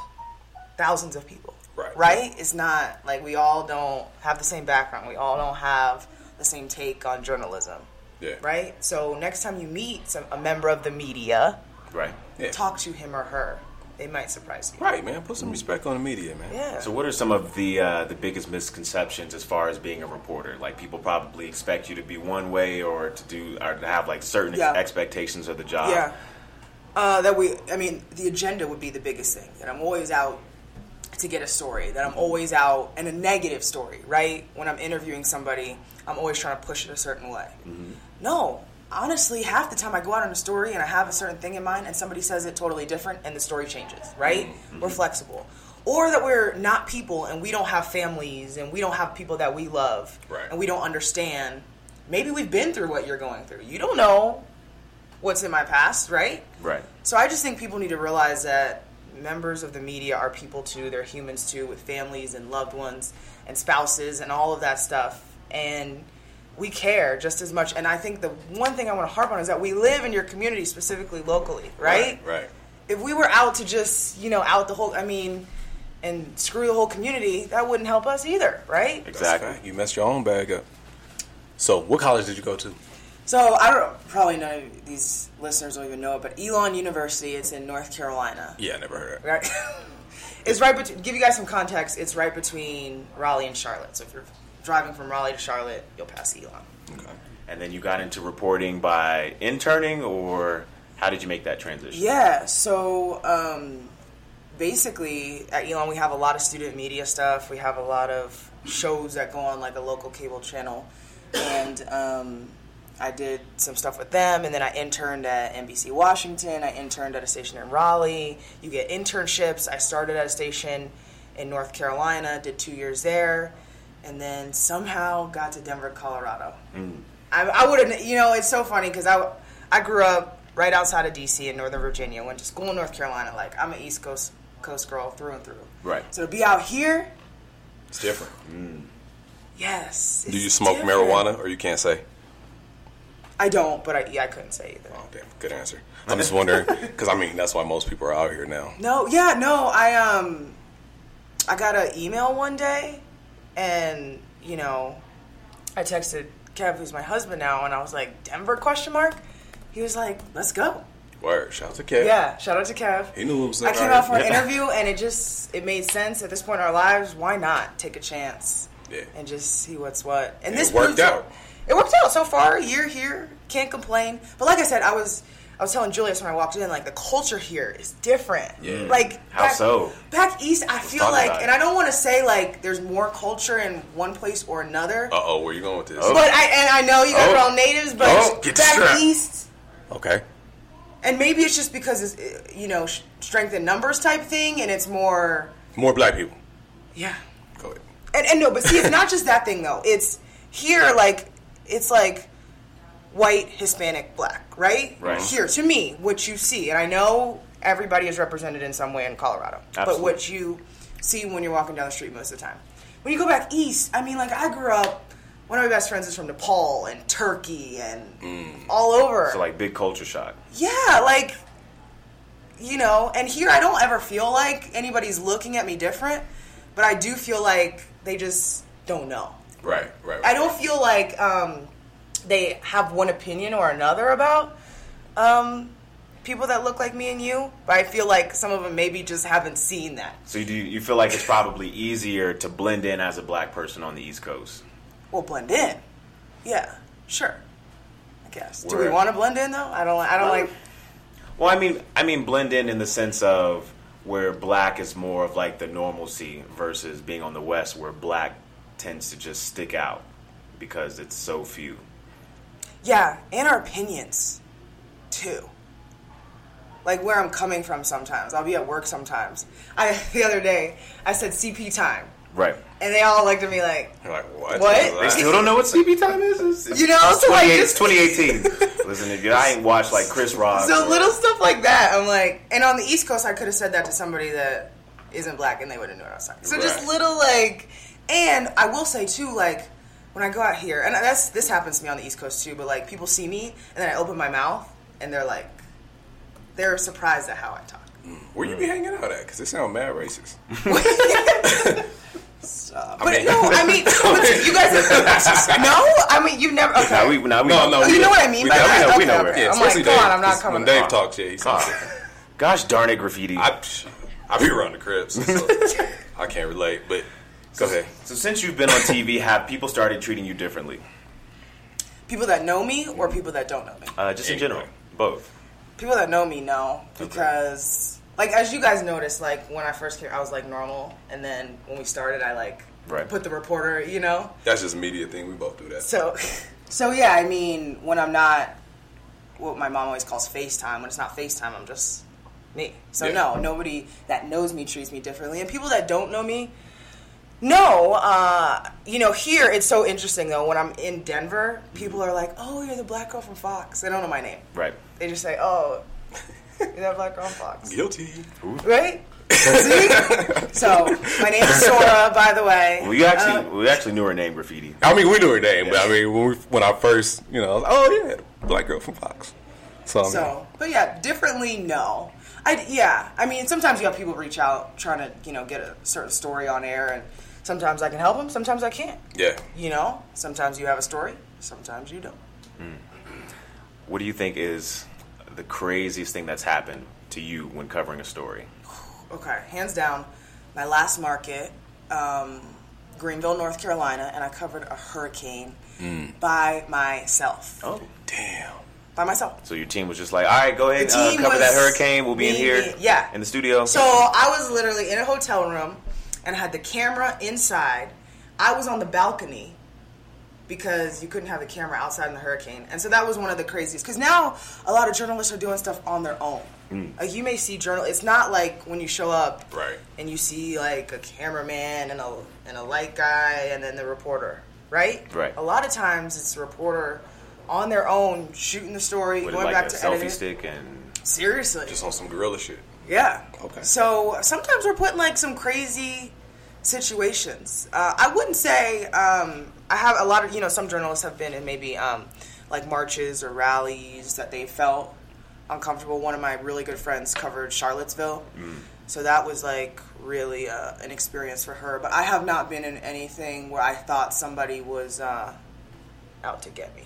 thousands of people.
Right.
Right? It's not like we all don't have the same background. We all don't have the same take on journalism.
Yeah.
Right? So next time you meet some, a member of the media,
Right.
Yeah.
talk to him or her. They might surprise you.
Right, man. Put some respect on the media, man.
Yeah.
So, what are some of the uh, the biggest misconceptions as far as being a reporter? Like, people probably expect you to be one way, or to do, or to have like certain
Yeah.
expectations of the job.
yeah. Uh, that we, I mean, the agenda would be the biggest thing. That I'm always out to get a story. That I'm always out and a negative story, right? When I'm interviewing somebody, I'm always trying to push it a certain way. No, honestly, half the time I go out on a story and I have a certain thing in mind, and somebody says it totally different, and the story changes, right? We're flexible. Or that we're not people and we don't have families and we don't have people that we love
Right.
and we don't understand. Maybe we've been through what you're going through. You don't know what's in my past, right?
Right.
So I just think people need to realize that members of the media are people too. They're humans too, with families and loved ones and spouses and all of that stuff. And we care just as much. And I think the one thing I want to harp on is that we live in your community, specifically locally, right?
Right. right.
If we were out to just, you know, out the whole, I mean, and screw the whole community, that wouldn't help us either, right?
That's a
Exactly.
fact. You messed your own bag up. So, what college did you go to?
So I don't probably none of these listeners don't even know it, but Elon University, it's in North Carolina.
Yeah, I never heard of it.
Right. [laughs] it's right between. Give you guys some context. It's right between Raleigh and Charlotte. So if you're driving from Raleigh to Charlotte, you'll pass Elon.
And then you got into reporting by interning, or how did you make that transition?
Yeah. So um, basically, at Elon, we have a lot of student media stuff. We have a lot of shows that go on like a local cable channel, and um, I did some stuff with them, and then I interned at NBC Washington. I interned at a station in Raleigh. You get internships. I started at a station in North Carolina, did two years there, and then somehow got to Denver, Colorado. I, I would have, you know, it's so funny because I, I grew up right outside of DC in Northern Virginia, went to school in North Carolina. Like, I'm an East Coast, Coast girl through and through.
Right.
So to be out here,
It's different.
yes.
Do you
it's
smoke
different.
marijuana or you can't say?
I don't, but I, yeah, I couldn't say either.
Oh, damn. Good answer. I'm just wondering because I mean that's why most people are out here now.
No, yeah, no. I um, I got an email one day, and you know, I texted Kev, who's my husband now, and I was like, Denver question mark. He was like, Let's go.
Word. Shout out to Kev.
Yeah, shout out to Kev.
He knew what was
I came
alright.
out for an
Yeah.
interview, and it just it made sense at this point in our lives. Why not take a chance?
Yeah.
and just see what's what. And
It
this
worked
proves
out.
It worked out so far. A year here, can't complain. But like I said, I was I was telling Julius when I walked in, like the culture here is different.
Yeah.
Like
Mm. How so?
Back east, I feel
talk
like,
about it.
and I don't want to say like there's more culture in one place or another.
Uh oh, where you going with this?
But I and I know you guys
Oh.
are all natives, but
Oh, get the strap.
back east.
Okay.
And maybe it's just because it's uh, you know sh- strength in numbers type thing, and it's more
More black people.
yeah.
Go ahead.
And, and no, but see, it's not just that thing though. It's here like it's like white, Hispanic, black, right?
Right.
Here to me, what you see, and I know everybody is represented in some way in Colorado, but
Absolutely.
what you see when you're walking down the street most of the time. When you go back east, I mean, like I grew up. One of my best friends is from Nepal and Turkey and all over.
Mm. So like big culture shock.
Yeah, like you know, and here I don't ever feel like anybody's looking at me different, but I do feel like they just don't know.
Right, right.
I don't feel like um, they have one opinion or another about um, people that look like me and you, but I feel like some of them maybe just haven't seen that.
So you, do you feel like it's probably easier to blend in as a black person on the East Coast?
Well, blend in. Yeah, sure. I guess. Do we
Word.
want to blend in though? I don't. I don't like.
Well, I mean, I mean, blend in in the sense of where black is more of like the normalcy versus being on the West, where black tends to just stick out because it's so few.
Yeah, and our opinions too. Like where I'm coming from sometimes. I'll be at work sometimes. I [laughs] the other day I said CP time.
Right.
And they all looked at me like
You're like, what?
What?
is that?
They still don't know what CP time is. It's, it's
You know, so like
28
just-
2018. Listen, if you, I ain't watched like Chris Rock.
so
or-
little stuff like that. I'm like and on the East Coast I could have said that to somebody that isn't black and they wouldn't know what I was talking. So just
Right.
little like and I will say too, like when I go out here and that's this happens to me on the East Coast too, but like people see me and then I open my mouth and they're like they're surprised at how I talk.
Where you be hanging out at? Because it sound mad racist.
Stop.
I
But
mean-
no, I
[laughs]
mean, [laughs] but you guys. [laughs] no, I mean you've never. Okay.
Now we, now we
No, no.
You know what I mean
we
by
know-
that?
We know,
Okay,
we know.
okay.
Yeah,
I'm like,
especially
come on,
Dave.
I'm not
It's
coming
When Dave
along.
talks,
[laughs]
yeah, he's
Gosh darn it, graffiti.
I, I be around the cribs, so
[laughs]
I can't relate. But go ahead.
so since you've been on TV, have people started treating you differently?
people that know me or people that don't know me.
Uh, just in general,
Anyway.
both.
People that know me know because, like, as you guys noticed, like when I first came, I was like normal, and then when we started, I like
Right.
put the reporter, you know.
That's just a media thing. We both do that.
So, [laughs] so yeah, I mean, when I'm not what my mom always calls FaceTime, when it's not FaceTime, I'm just me. So
Yeah.
no, nobody that knows me treats me differently, and people that don't know me, no. Uh, you know, here it's so interesting though. When I'm in Denver, people are like, "Oh, you're the black girl from Fox." They don't know my name.
Right.
They just say, "Oh, you're that black girl from Fox."
Guilty.
Right?
[laughs]
See? So my name is Sora, by the way.
We actually
Uh,
we actually knew her name, graffiti.
I mean, we knew her name, but I mean, when, we, when I first, you know, I was like, oh yeah, black girl from Fox. So, I mean,
So, but yeah, differently, no. I yeah, I mean, sometimes you have people reach out trying to you know get a certain story on air, and sometimes I can help them, sometimes I can't.
yeah,
You know, sometimes you have a story, sometimes you don't.
What do you think is the craziest thing that's happened to you when covering a story?
Okay, hands down, my last market, um, Greenville, North Carolina, and I covered a hurricane by myself.
Mm. Oh,
damn.
By myself.
so your team was just like, all right, go ahead,
The
uh,
team
cover that
was
hurricane. We'll be in
me,
here,
me, yeah.
in the studio.
So I was literally in a hotel room and I had the camera inside. I was on the balcony because you couldn't have a camera outside in the hurricane. And so that was one of the craziest. Because now a lot of journalists are doing stuff on their own.
Mm.
Like you may see journal. It's not like when you show up
Right.
and you see like a cameraman and a and a light guy and then the reporter, right?
Right.
A lot of times it's a reporter on their own shooting the story,
with
going
like
back
a
to
selfie
editing. it.
stick and
Seriously.
Just on some gorilla
[laughs]
shit. [laughs]
Yeah.
Okay.
So sometimes we're put in like some crazy situations. Uh, I wouldn't say um, I have a lot of you know some journalists have been in maybe um, like marches or rallies that they felt uncomfortable. One of my really good friends covered Charlottesville, so that was like really uh, an experience for her. But I have not been in anything where I thought somebody was uh, out to get me.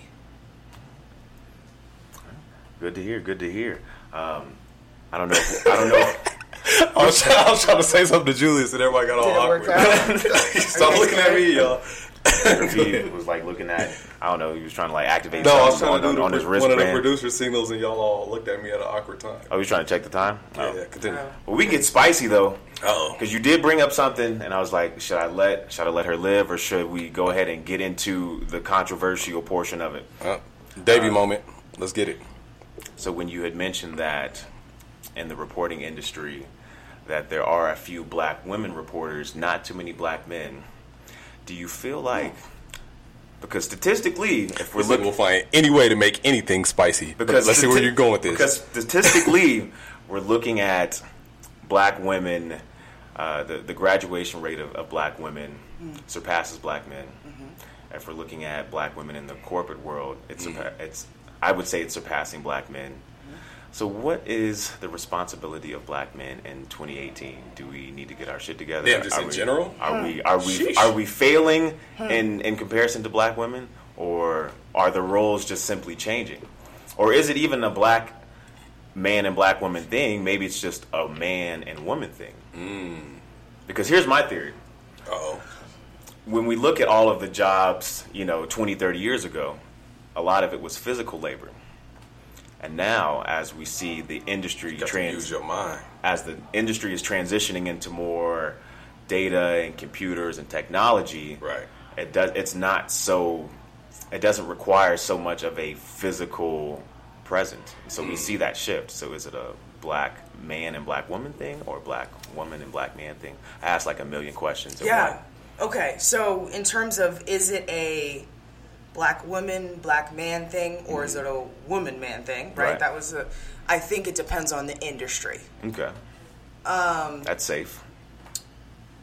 good to hear, good to hear. Um, I don't know. If, I don't know.
[laughs]
If,
I was, trying, I was trying to say something to Julius, and everybody got all
Did it work
awkward. Stop
Are you
looking at me, y'all.
if he was like looking at, I don't know, he was trying to like activate
No, I was
something
trying to
on,
do
on
the,
his
one of the
wristband.
producer signals, and y'all all looked at me at an awkward time.
oh, he was trying to check the time. Oh.
Yeah, continue.
Oh.
Well, we get spicy though,
Uh-oh.
because you did bring up something, and I was like, should I let should I let her live, or should we go ahead and get into the controversial portion of it?
Uh, Davey moment. Let's get it.
So when you had mentioned that in the reporting industry that there are a few black women reporters, not too many black men, do you feel like because statistically, if we're
We're
looking
looking, we'll find any way to make anything spicy. Because let's see where
stati-
you're going with this.
Because
[laughs]
statistically, we're looking at black women. Uh, the the graduation rate of, of black women surpasses black men. If we're looking at black women in the corporate world, it's
Mm-hmm.
surpa- it's I would say it's surpassing black men. So, what is the responsibility of black men in 2018? Do we need to get our shit together?
Damn, just in general?
Are we are we
Sheesh.
are we failing in in comparison to black women, or are the roles just simply changing, or is it even a black man and black woman thing? Maybe it's just a man and woman thing.
Mm.
Because here's my theory:
oh
when we look at all of the jobs, you know, 20, 30 years ago, a lot of it was physical labor. And now, as we see the industry
got to
trans-
use your mind.
as the industry is transitioning into more data and computers and technology,
Right.
It does. It's not so. It doesn't require so much of a physical present. So
Mm.
we see that shift. So is it a black man and black woman thing, or black woman and black man thing? I asked like a million questions. in
Yeah.
one.
Okay. So in terms of is it a black woman, black man thing, or is it a woman man thing? Right.
Right.
That was a. I think it depends on the industry.
Okay. Um, That's safe.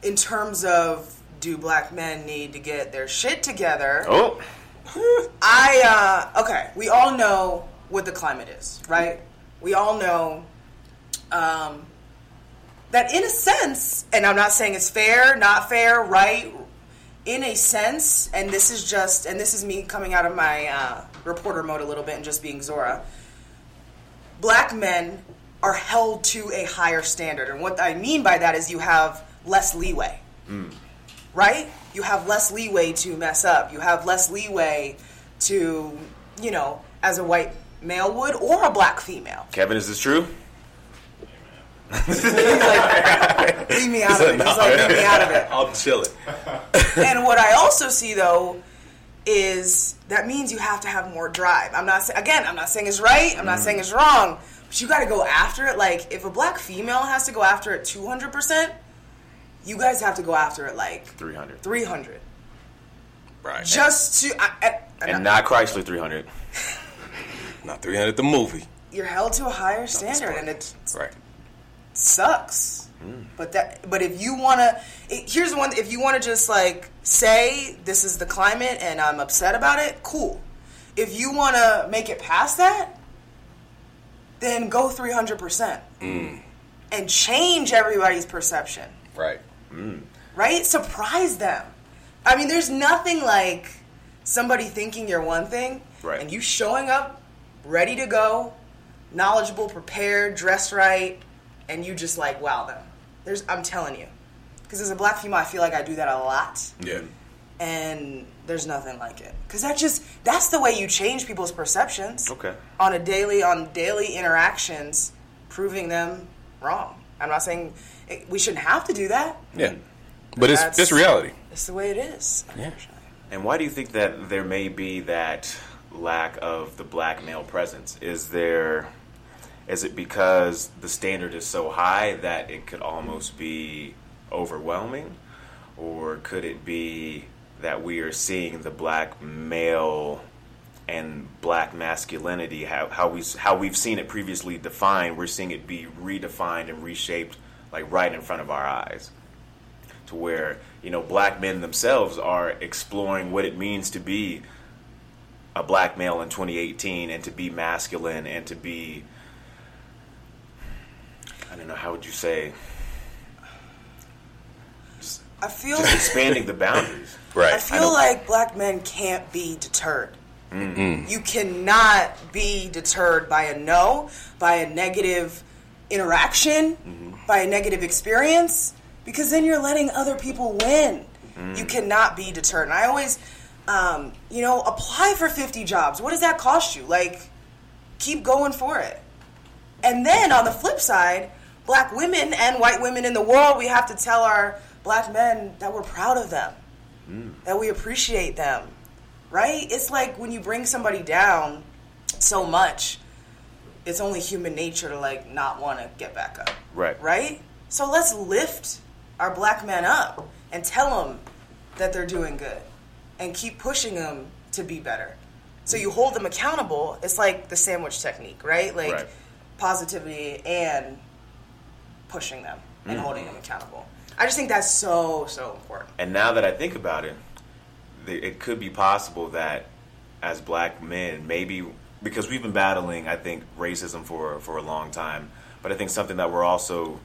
In terms of do black men need to get their shit together?
Oh,
I uh, okay. We all know what the climate is, right? We all know um, that, in a sense, and I'm not saying it's fair, not fair, right? In a sense, and this is just, and this is me coming out of my uh, reporter mode a little bit and just being Zora. Black men are held to a higher standard, and what I mean by that is you have less leeway right? You have less leeway to mess up. You have less leeway to, you know, as a white male would or a black female.
Kevin, is this true?
[laughs] Leave me out
[laughs]
of it. Just like, leave me out of it.
I'm chilling.
and what I also see though is that means you have to have more drive. I'm not sa- again, I'm not saying it's right, I'm not saying it's wrong, but you got to go after it. Like if a black female has to go after it 200%, you guys have to go after it like
300.
300.
Right.
Just to I, I,
And not Chrysler 300.
Not 300 the movie.
you're held to a higher standard
point.
and it
Right.
sucks. But that but if you want to here's one if you want to just like say this is the climate and I'm upset about it, cool. If you want to make it past that, then go 300% and change everybody's perception,
Right.
right? Surprise them. I mean, there's nothing like somebody thinking you're one thing
Right.
and you showing up ready to go, knowledgeable, prepared, dressed right, and you just like wow them. There's, I'm telling you, because as a black female, I feel like I do that a lot,
Yeah.
and there's nothing like it. Because that just that's the way you change people's perceptions.
Okay.
On a daily, on daily interactions, proving them wrong. I'm not saying it, we shouldn't have to do that.
Yeah. But it's
That's-
it's reality.
It's the way it is.
Yeah.
And why do you think that there may be that lack of the black male presence? Is there is it because the standard is so high that it could almost be overwhelming or could it be that we are seeing the black male and black masculinity how, how we how we've seen it previously defined we're seeing it be redefined and reshaped like right in front of our eyes to where you know black men themselves are exploring what it means to be a black male in 2018 and to be masculine and to be I don't know how would you say
I feel
expanding the boundaries
I
Right.
feel like black men can't be deterred. You cannot be deterred by a no, by a negative interaction, by a negative experience, because then you're letting other people win. You cannot be deterred. And I always, um, you know, apply for 50 jobs. What does that cost you? Like, keep going for it. And then on the flip side, black women and white women in the world, we have to tell our black men that we're proud of them that we appreciate them, right? It's like when you bring somebody down so much, it's only human nature to like not want to get back up,
Right.
Right. So let's lift our black men up and tell them that they're doing good, and keep pushing them to be better. So you hold them accountable. It's like the sandwich technique, right? Like
Right.
positivity and pushing them and
Mm.
holding them accountable. I just think that's so so important.
and now that I think about it th- it could be possible that as black men maybe because we've been battling I think racism for for a long time but I think something that we're also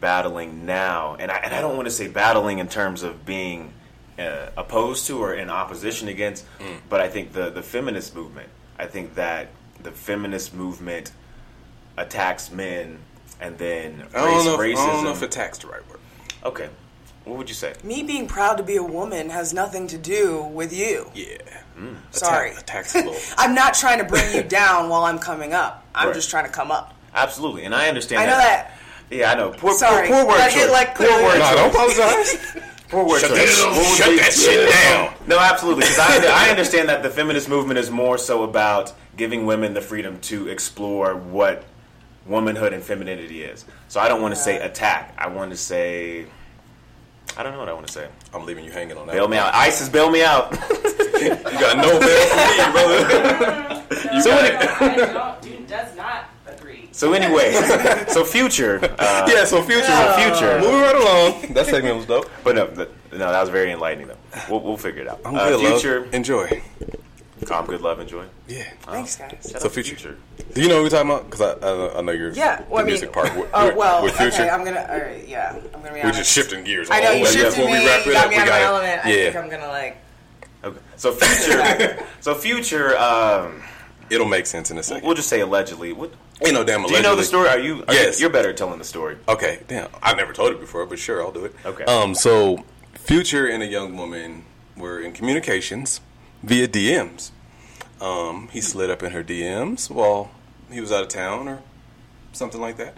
battling now and I, and I don't want to say battling in terms of being uh, opposed to or in opposition against
Mm.
but I think the the feminist movement I think that the feminist movement attacks men and then race,
I don't, know if,
racism
I don't know if attack's the right word.
Okay. What would you say?
me being proud to be a woman has nothing to do with you.
Yeah.
Mm.
Sorry.
Attack's a
[laughs]
little.
I'm not trying to bring
[laughs]
you down while I'm coming up. I'm
Right.
just trying to come up.
Absolutely, and I understand.
I know that.
Yeah, I know. Poor,
Sorry.
poor, poor word
That
choice.
hit, like,
poor
clearly.
word
no, don't
choice.
apologize.
[laughs] Poor word
Shut
choice.
that-
What would
shut
they-
that shit down.
No, absolutely, because I, I understand that the feminist movement is more so about giving women the freedom to explore what womanhood and femininity is. So I don't want to say attack. I want to say. I don't know what I want to say.
I'm leaving you hanging on that.
Bail me out. ISIS, bail me out.
You got no bail for me, brother.
[laughs] so, any-
[laughs] Dude does not agree.
so anyway, [laughs] so future. Uh,
[laughs] yeah, so future.
so future.
Moving right along. That segment was dope.
But no, th- no, that was very enlightening though. We'll, we'll figure it out.
I'm
Uh,
good,
future,
love. Enjoy.
calm, good love, enjoy.
Yeah.
Thanks, guys.
So future. Do you know what we're talking about? Because I, I, I know you're
Yeah.
the
Well, I mean,
music part. With,
oh, well,
with future.
okay, I'm going to, all right, yeah. I'm going to be honest.
we're just shifting gears.
I know,
all
you
the way
shifted
before
me.
we wrap
you
it
got
up, we
me out of my
got
element. I think
Yeah,
I'm going to, like,
Okay.
[laughs]
So future, so future. Um,
it'll make sense in a second.
we'll just say allegedly. What,
Ain't no damn.
do you know the
allegedly.
story? Are you? Are
Yes.
You, are better at telling the story.
Okay, damn. I've never told it before, but sure, I'll do it.
Okay.
Um, so Future and a young woman were in communications via DMs. Um, he slid up in her DMs while he was out of town or something like that,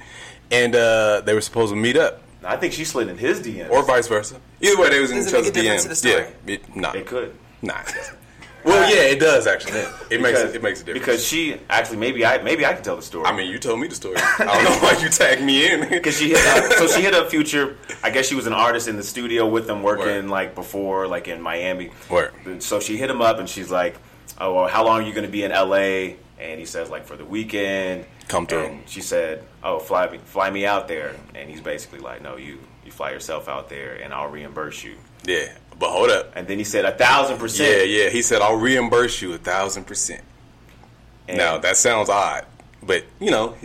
and uh, they were supposed to meet up
I think she slid in his DMs.
or vice versa. Either way, they was in
Does
each
it make
other's
a difference to the
DMs.
story?
Yeah, it, nah,
it could.
Nah, it doesn't. Well, yeah, it does actually. It makes
Because-
it makes a difference.
because she actually maybe I maybe I can tell the story.
I mean, you told me the story. I don't know [laughs] why you tagged me in.
[laughs] Cause she hit up, so she hit up Future. I guess she was an artist in the studio with him working
Word.
like before, like in Miami.
Word.
So she hit him up and she's like, "Oh, well, how long are you going to be in LA?" And he says, "Like for the weekend."
Come through.
And she said, "Oh, fly me, fly me out there." And he's basically like, "No, you you fly yourself out there, and I'll reimburse you."
[laughs] yeah, but hold up.
And then he said, "A thousand percent."
Yeah, yeah. He said, I'll reimburse you a thousand percent.
And-
Now that sounds odd, but you know,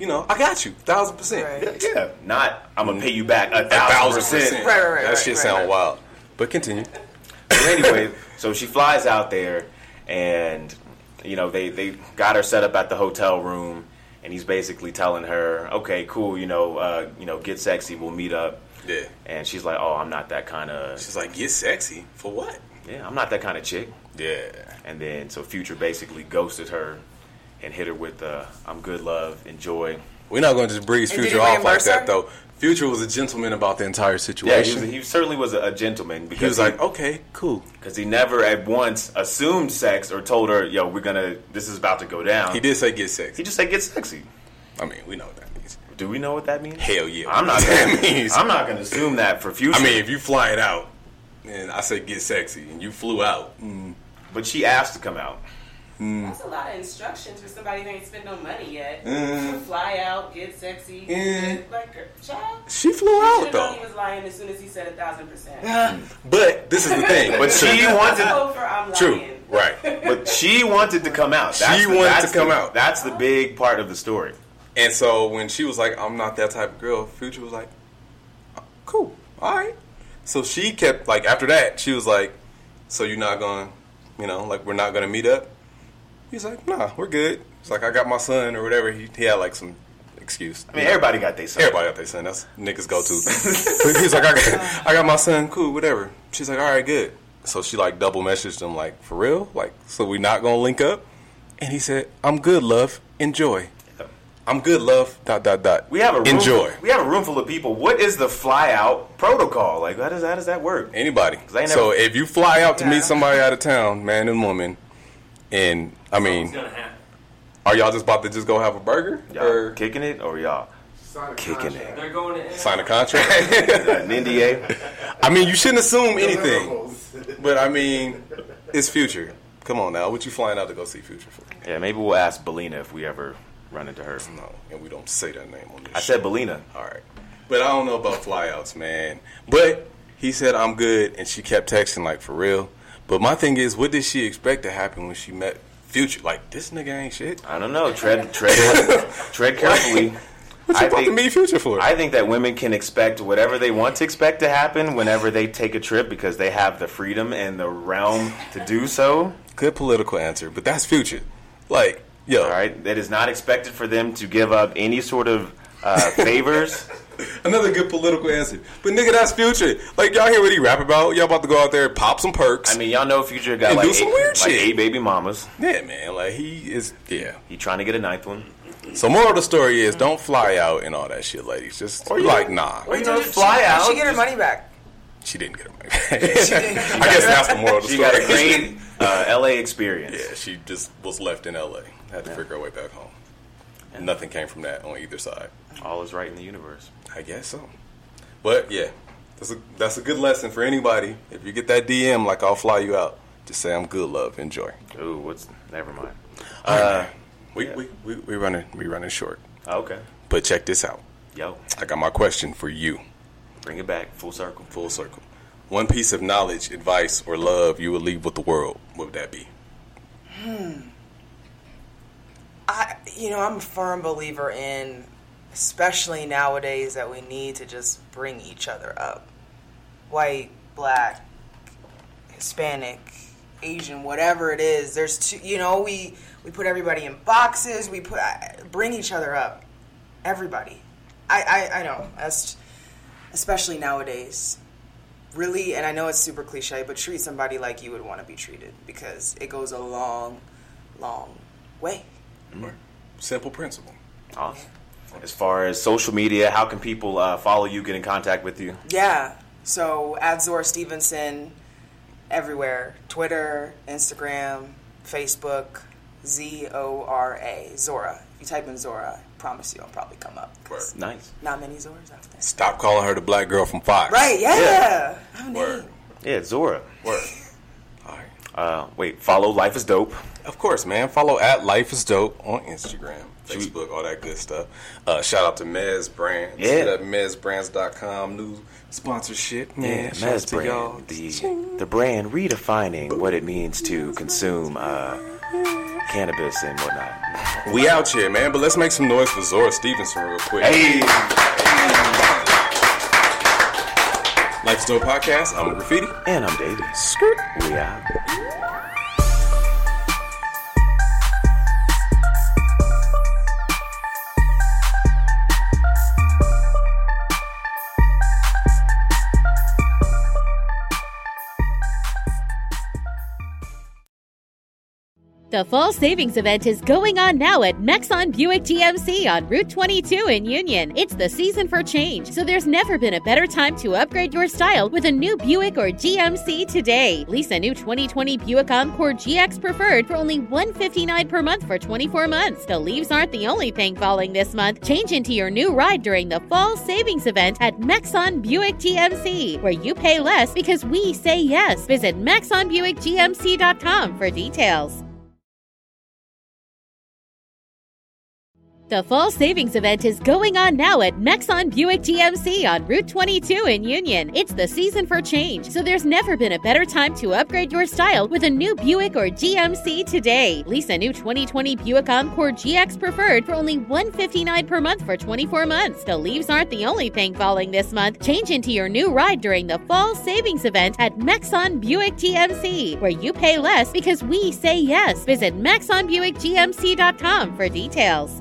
you know, I got you, thousand percent.
Right.
Yeah, yeah.
Yeah, not I'm gonna pay you back a
Mm-hmm. A thousand
thousand
percent.
percent.
Right, right, right,
That
right,
shit
right,
sound
right.
wild. But continue.
But anyway, [laughs] so she flies out there, and you know they they got her set up at the hotel room, and he's basically telling her, "Okay, cool, you know, uh, you know, get sexy, we'll meet up."
Yeah.
And she's like, "Oh, I'm not that kind of
She's like, get sexy for what?
yeah, I'm not that kind of chick."
Yeah.
And then so Future basically ghosted her, and hit her with uh, "I'm good, love, enjoy."
We're not going to just breeze
And did
Future
he
off like
reimburse
that,
her?
though. Future was a gentleman about the entire
Yeah, he,
situation.
was,
he,
he certainly was a, a gentleman because
was like, okay, cool.
because he never at once assumed sex or told her, "Yo, we're gonna this is about to go down."
He did say get sex.
He just said, "Get sexy."
I mean, we know what that means.
Do we know what that means?
Hell yeah. [laughs]
I'm not.
that means.
I'm not gonna assume that for future.
I mean, if you fly it out, and I say get sexy, and you flew out,
but she asked to come out.
That's a lot of instructions for somebody who ain't spent no money yet.
Mm-hmm.
Fly out, get sexy,
Mm.
like child.
she flew
You
out
should known he
though.
was lying as soon as he said a thousand percent.
But this is the thing.
But she wanted.
[laughs]
Over, I'm
[laughs] true,
lying.
right?
But she wanted to come out. That's
She
the-
wanted
that's
to come
the-
out.
That's the big part of the story.
And so when she was like, "I'm not that type of girl," Future was like, "Cool, all right." So she kept like after that, she was like, "So you're not going, to you know, like we're not going to meet up." He's like, "Nah, we're good." He's like, "I got my son or whatever." He, he had like some excuse.
I mean, everybody got their son.
Everybody got their son. That's niggas go
[laughs]
to. He's like, I got, I got my son. Cool, whatever. She's like, all right, good. So she like double messaged him, like for real, like so we not gonna link up. And he said, I'm good, love. Enjoy. I'm good, love. Dot dot dot.
We have a room,
enjoy.
We have a room full of people. What is the fly out protocol? Like, how does how does that work?
Anybody.
I ain't
so
never-
if you fly out to
Yeah.
meet somebody out of town, man and woman, and I
It's
mean,
gonna happen.
are y'all just about to just go have a burger
Y'all
or
kicking it or y'all
Sign a
Kicking
contract.
it.
They're going to
sign a
[laughs]
contract?
an NDA?
I mean, you shouldn't assume anything.
Deliverables.
But I mean, it's future. Come on now, what you flying out to go see future for?
yeah, maybe we'll ask Belina if we ever run into her.
No, and we don't say that name on this.
I said Belina.
all right, but I don't know about flyouts, man. But he said I'm good, and she kept texting like for real. But my thing is, what did she expect to happen when she met future? Like this nigga ain't shit.
I don't know. Tread tread
[laughs]
tread carefully.
What you
I
about
think-
to meet future for?
I think that women can expect whatever they want to expect to happen whenever they take a trip because they have the freedom and the realm to do so.
Good political answer, but that's future. Like yo,
All right, that is not expected for them to give up any sort of
[laughs]
uh, favors.
another good political answer. But nigga, that's future. Like y'all hear what he rap about? Y'all about to go out there and pop some perks?
I mean, y'all know Future got
And
like,
do some
eight,
weird
like
shit.
eight baby mamas.
yeah, man. Like he is. Yeah.
He trying to get a ninth one.
So moral of the story is don't fly out and all that shit, ladies. Just
you
like
don't-
nah.
or you
Did
don't
she-
fly out.
She get her money back.
She didn't get her money. [laughs] I guess that's the moral of the
She
story.
got a great uh, LA experience.
[laughs] yeah, she just was left in LA. Had to figure her way back home. Nothing came from that on either side.
All is right in the universe.
I guess so. But yeah. That's a that's a good lesson for anybody. If you get that DM like I'll fly you out, just say I'm good, love, enjoy.
Ooh, what's? Never mind.
Uh, we, we, we we running we running short.
Oh, Okay.
But check this out.
Yo,
I got my question for you.
bring it back full circle.
full circle. One piece of knowledge, advice, or love you would leave with the world. What would that be?
I, you know, I'm a firm believer in, especially nowadays, that we need to just bring each other up. White, black, Hispanic, Asian, whatever it is. There's two. You know, we we put everybody in boxes. We put I- bring each other up. Everybody. I I, I know. That's especially nowadays. Really, and I know it's super cliche, but treat somebody like you would want to be treated because it goes a long, long way.
Simple principle.
Awesome. As far as social media, how can people uh, follow you, get in contact with you?
Yeah. So at Zora Stevenson everywhere Twitter, Instagram, Facebook, Z O R A, Zora. If you type in Zora, I promise you I'll probably come up. 'cause
Nice.
Not many Zoras out there.
Stop calling her the black girl from Fox.
Right, yeah.
Yeah.
Have a
Word.
name.
Yeah, Zora.
Word. All right.
Uh, wait, follow Life is Dope.
Of course, man. Follow at Life is Dope on Instagram, Facebook, all that good stuff. Uh, shout out to Mez Brands.
Yeah.
Hit up MezBrands.com. New sponsorship. Man,
Yeah,
shout out
Mez
to y'all.
brand, the, the brand redefining what it means to consume uh, cannabis and whatnot.
We out here, man. But let's make some noise for Zora Stevenson real quick.
Hey!
Life is Dope podcast. I'm Graffiti.
And I'm David.
Skirt.
We out.
The fall savings event is going on now at Mexon Buick GMC on Route 22 in Union. It's the season for change, so there's never been a better time to upgrade your style with a new Buick or GMC today. Lease a new 2020 Buick Encore GX Preferred for only $159 per month for 24 months. The leaves aren't the only thing falling this month. Change into your new ride during the fall savings event at Mexon Buick GMC, where you pay less because we say yes. Visit MexonBuickGMC.com for details. The fall savings event is going on now at Mexon Buick GMC on Route 22 in Union. It's the season for change, so there's never been a better time to upgrade your style with a new Buick or GMC today. Lease a new 2020 Buick Encore GX Preferred for only $159 per month for 24 months. The leaves aren't the only thing falling this month. Change into your new ride during the fall savings event at Mexon Buick GMC, where you pay less because we say yes. Visit MexonBuickGMC.com for details.